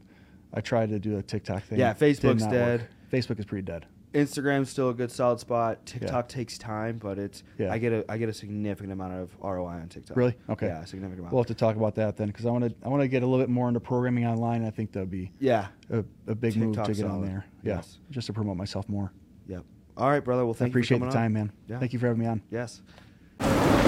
Speaker 2: I tried to do a TikTok thing.
Speaker 1: Yeah,
Speaker 2: Did
Speaker 1: Facebook's
Speaker 2: not
Speaker 1: dead.
Speaker 2: work. Facebook is pretty dead.
Speaker 1: Instagram's still a good solid spot. TikTok takes time, but it's
Speaker 2: Yeah.
Speaker 1: I get a I get a significant amount of ROI on TikTok.
Speaker 2: Really? Okay.
Speaker 1: Yeah, a significant amount.
Speaker 2: We'll have to talk about that then because I want to I want to get a little bit more into programming online. I think that'd be
Speaker 1: yeah.
Speaker 2: a, a big move to
Speaker 1: TikTok's
Speaker 2: get on
Speaker 1: solid.
Speaker 2: there. Yeah,
Speaker 1: Yes.
Speaker 2: just to promote myself more.
Speaker 1: Yep. All right, brother. Well, thank
Speaker 2: I appreciate
Speaker 1: you for
Speaker 2: the
Speaker 1: coming
Speaker 2: time,
Speaker 1: on.
Speaker 2: man.
Speaker 1: Yeah.
Speaker 2: Thank you for having me on.
Speaker 1: Yes.